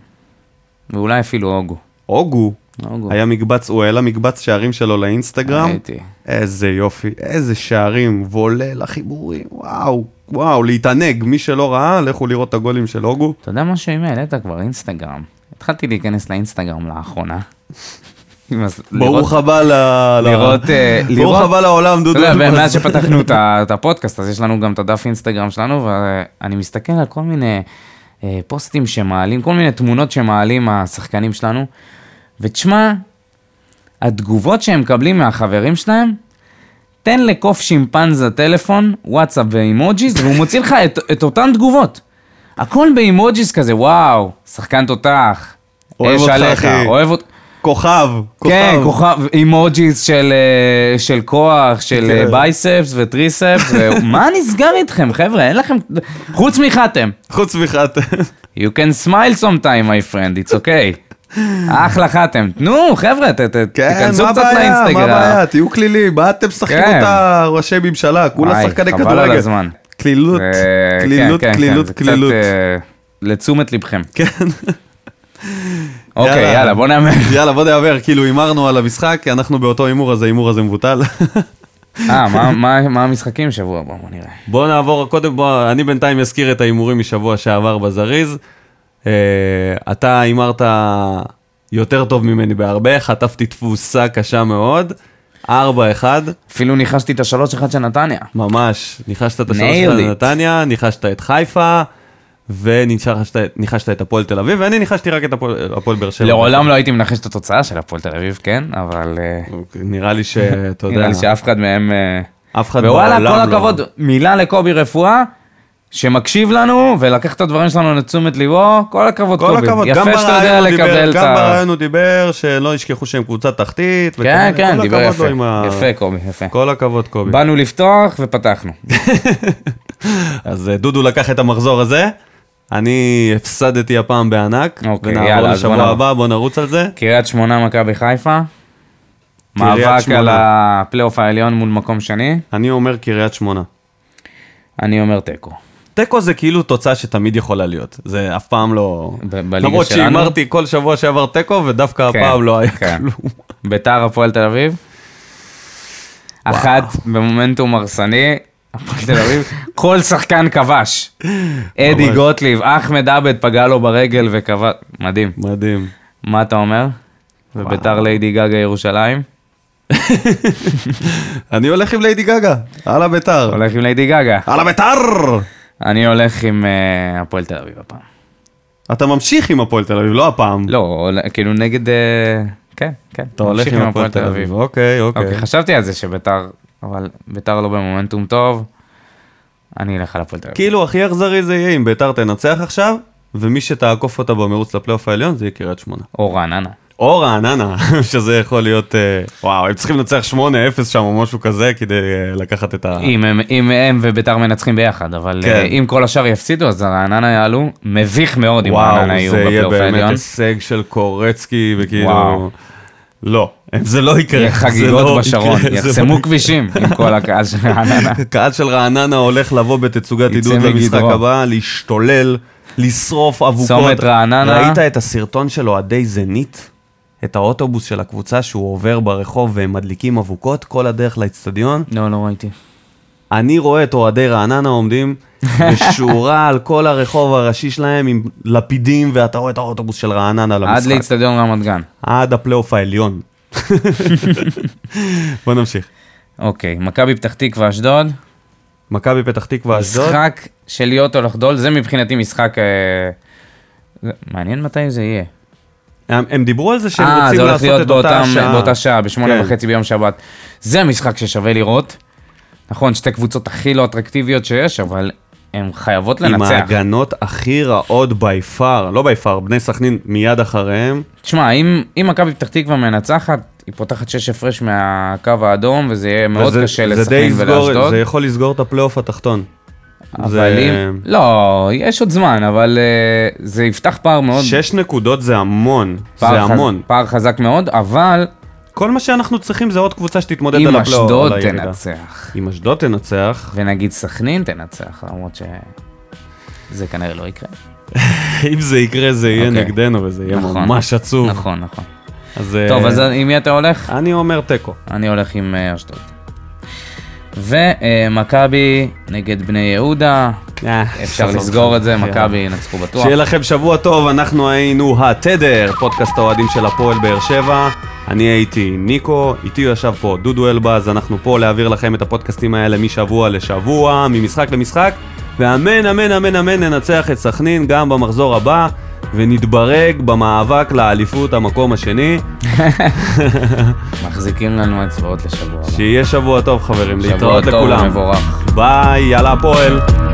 B: ואולי אפילו אוגו.
A: אוגו
B: אוגו.
A: היה מקבץ, הוא העלה מקבץ שערים שלו לאינסטגרם.
B: ראיתי.
A: איזה יופי, איזה שערים, וולל החיבורים, וואו, וואו, להתענג. מי שלא ראה, לכו לראות את הגולים של אוגו.
B: אתה יודע משהו, אם העלית כבר אינסטגרם. התחלתי להיכנס לאינסטגרם לאחרונה. עם הס- לראות-
A: ברוך הבא ל... ל-
B: לראות, אה,
A: ברוך
B: לראות-
A: הבא לעולם,
B: אתה
A: דודו.
B: יודע, מאז שפתחנו את ה- את הפודקאסט, אז יש לנו גם את הדף אינסטגרם שלנו, ואני מסתכל על כל מיני אה, פוסטים שמעלים, כל מיני תמונות שמעלים השחקנים שלנו, ותשמע, התגובות שהם מקבלים מהחברים שלהם, תן לקוף שימפנזה טלפון, וואטסאפ ואימוג'יס, והוא מוציא לך את, את אותן תגובות. הכל באימוג'יס כזה, וואו, שחקן תותח,
A: אוהב
B: אש
A: אותך,
B: עליך,
A: אחי."
B: אוהב אותך.
A: כוכב, כוכב.
B: כן, כוכב, אימוג'יס של, אה, של כוח, של אה,
A: כן.
B: בייספס וטריספס, ו- מה נסגר איתכם, חבר'ה? אין לכם... חוץ מחתם.
A: חוץ מחת.
B: You can smile sometime, my friend, it's okay. אחלה חתם. תנו, חבר'ה, ת- ת-
A: כן,
B: תיכנסו
A: מה
B: קצת
A: הבעיה, מה
B: לאינסטגרם.
A: הבעיה, תהיו כלילים, מה אתם משחקים
B: כן.
A: אותה ראשי ממשלה, כולה
B: וואי,
A: שחקני
B: חבל
A: כדורגל.
B: על הזמן.
A: קלילות,
B: אה, כן,
A: קלילות,
B: כן, כן,
A: קלילות,
B: זה אה, קצת,
A: קלילות.
B: אה, לתשומת לבכם.
A: כן.
B: אוקיי,
A: יאללה.
B: יאללה, בוא נאמן.
A: יאללה, בוא נעבר, כאילו הימרנו על המשחק, כי אנחנו באותו הימור, אז ההימור הזה מבוטל.
B: אה, מה- מה- מה המשחקים שבוע הבא? בוא נראה.
A: בוא נעבור, קודם בוא, אני בינתיים אזכיר את ההימורים משבוע שעבר בזריז. אה, אתה הימרת יותר טוב ממני בהרבה, חטפתי תפוסה קשה מאוד. 4-1,
B: אפילו ניחשתי את השלוש אחד של נתניה.
A: ממש, ניחשת את השלוש
B: Nailed
A: של
B: it.
A: נתניה, ניחשת את חיפה, וניחשת ניחשת את הפועל תל אביב, ואני ניחשתי רק את הפועל הפועל באר שבע.
B: לעולם לא הייתי מנחש את התוצאה של הפועל תל אביב, כן? אבל אה,
A: אוקיי, נראה לי שאתה יודע,
B: נראה לי שאף אחד מהם... אה,
A: אף אחד
B: ווואלה,
A: בעולם
B: כל
A: לא.
B: הכבוד, מילה לקובי רפואה, שמקשיב לנו ולקח את הדברים שלנו לתשומת ליבו, כל הכבוד
A: כל
B: קובי.
A: הכבוד, גם
B: יפה שאתה יודע
A: ברעיון הוא דיבר,
B: לקבל את
A: גם
B: ה...
A: ברעיון הוא דיבר, שלא ישכחו שהם קבוצת תחתית.
B: כן,
A: וכאלה.
B: כן,
A: כל
B: דיבר
A: הכבוד
B: יפה.
A: לו עם ה-
B: יפה קובי, יפה.
A: כל הכבוד, קובי.
B: באנו לפתוח ופתחנו.
A: אז אה, דודו לקח את המחזור הזה, אני הפסדתי הפעם בענק,
B: אוקיי,
A: ונעבור
B: יאללה, אז בוא
A: לשבוע
B: נעבור.
A: הבא, בוא נרוץ על זה.
B: קריית שמונה, מכבי חיפה.
A: קריית
B: מאבק
A: שמונה.
B: על הפלייאוף העליון מול מקום שני.
A: אני אומר קריית שמונה.
B: אני אומר תיקו.
A: תיקו זה כאילו תוצאה שתמיד יכולה להיות, זה אף פעם לא...
B: ב- בליגה
A: למרות
B: שלנו?
A: שהימרתי כל שבוע שעבר תיקו, ודווקא
B: כן,
A: הפעם לא היה
B: כן.
A: כלום.
B: ביתר הפועל תל אביב. אחת במומנטום הרסני, הפועל תל אביב, כל שחקן כבש. אדי
A: ממש.
B: גוטליב, אחמד עבד פגע לו ברגל וכבש, מדהים.
A: מדהים.
B: מה אתה אומר? וביתר ליידי גגה ירושלים?
A: אני הולך עם ליידי גגה, הלאה ביתר.
B: הולך עם ליידי גגה.
A: הלאה ביתר!
B: אני הולך עם אה, הפועל תל אביב הפעם.
A: אתה ממשיך עם הפועל תל אביב, לא הפעם.
B: לא, הול- כאילו נגד... אה, כן, כן.
A: אתה הולך
B: נמשיך
A: עם הפועל תל אביב. אוקיי,
B: אוקיי,
A: אוקיי.
B: חשבתי על זה שביתר, אבל ביתר לא במומנטום טוב. אני אלך על הפועל תל אביב.
A: כאילו, הכי אכזרי זה יהיה אם ביתר תנצח עכשיו, ומי שתעקוף אותה במרוץ לפלייאוף העליון זה יהיה קריית שמונה.
B: או רעננה.
A: או רעננה, שזה יכול להיות, אה, וואו, הם צריכים לנצח 8-0 שם או משהו כזה כדי אה, לקחת את ה...
B: אם הם, אם הם וביתר מנצחים ביחד, אבל
A: כן.
B: אה, אם כל השאר יפסידו, אז רעננה יעלו. מביך מאוד אם
A: וואו,
B: רעננה יהיו
A: זה יהיה
B: בפלייאוף
A: באמת
B: העליון.
A: הישג של קורצקי, וכאילו...
B: וואו.
A: לא, זה לא יקרה.
B: יהיה
A: זה
B: חגיגות
A: לא
B: בשרון,
A: יקרה, זה לא
B: יחסמו כבישים עם כל הקהל של רעננה.
A: הקהל של רעננה הולך לבוא בתצוגת
B: יצא
A: עידוד למשחק
B: מגדרו.
A: הבא, להשתולל, לשרוף אבוקות.
B: צומת רעננה.
A: ראית את הסרטון של אוהדי זנית? את האוטובוס של הקבוצה שהוא עובר ברחוב והם מדליקים אבוקות כל הדרך לאצטדיון?
B: לא, לא ראיתי.
A: אני רואה את אוהדי רעננה עומדים בשורה על כל הרחוב הראשי שלהם עם לפידים, ואתה רואה את האוטובוס של רעננה
B: עד
A: למשחק.
B: לאיצטדיון רמת גן.
A: עד הפלייאוף העליון. בוא נמשיך.
B: אוקיי, מכבי פתח תקווה אשדוד.
A: מכבי פתח תקווה אשדוד.
B: משחק של להיות או לחדול, זה מבחינתי משחק... אה, זה- מעניין מתי זה יהיה.
A: הם, הם דיברו על זה שהם
B: אה, זה
A: רוצים
B: הולך
A: לעשות
B: להיות
A: את אותה
B: באותם,
A: השעה.
B: באותה שעה, בשמונה
A: כן.
B: וחצי ביום שבת. זה המשחק ששווה לראות. נכון, שתי קבוצות הכי לא אטרקטיביות שיש, אבל הן חייבות
A: עם
B: לנצח.
A: ההגנות הכי רעות בי פאר, לא בי פאר, בני סכנין מיד אחריהם.
B: תשמע, אם אם מכבי פתח תקווה מנצחת, היא פותחת שש הפרש מהקו האדום, וזה יהיה מאוד
A: וזה-
B: קשה
A: זה די
B: לסכנין
A: יסגור-
B: ולאשדוד.
A: זה יכול לסגור את הפלייאוף התחתון.
B: אבל
A: זה-
B: אם... לא, יש עוד זמן, אבל אה, זה יפתח פער מאוד...
A: שש נקודות זה המון,
B: פער
A: זה
B: חז-
A: המון.
B: פער חזק מאוד, אבל
A: כל מה שאנחנו צריכים זה עוד קבוצה שתתמודד
B: אם
A: על הפלייאוף.
B: אשדוד
A: על הירידה.
B: תנצח,
A: אם אשדוד תנצח,
B: ונגיד סכנין תנצח, למרות שזה כנראה לא יקרה.
A: אם זה יקרה זה יהיה
B: אוקיי.
A: נגדנו וזה יהיה
B: נכון.
A: ממש עצוב.
B: נכון, נכון.
A: אז, אה,
B: טוב, אז עם מי אתה הולך?
A: אני אומר תיקו.
B: אני הולך עם אה, אשדוד. ומכבי נגד בני יהודה, אה, אפשר לסגור את זה,
A: אוקיי. כן.
B: מכבי ינצחו בטוח.
A: שיהיה לכם שבוע טוב, אנחנו היינו התדר, פודקאסט האוהדים של הפועל באר שבע. אני הייתי ניקו, איתי ישב פה דודו אלבז, אנחנו פה להעביר לכם את הפודקאסטים האלה משבוע לשבוע, ממשחק למשחק, ואמן, אמן, אמן, אמן, ננצח את סכנין גם במחזור הבא, ונתברג במאבק לאליפות המקום השני.
B: מחזיקים לנו אצבעות לשבוע הבא.
A: שיהיה שבוע טוב חברים,
B: שבוע
A: להתראות
B: טוב
A: לכולם.
B: ומבורך.
A: ביי, יאללה הפועל.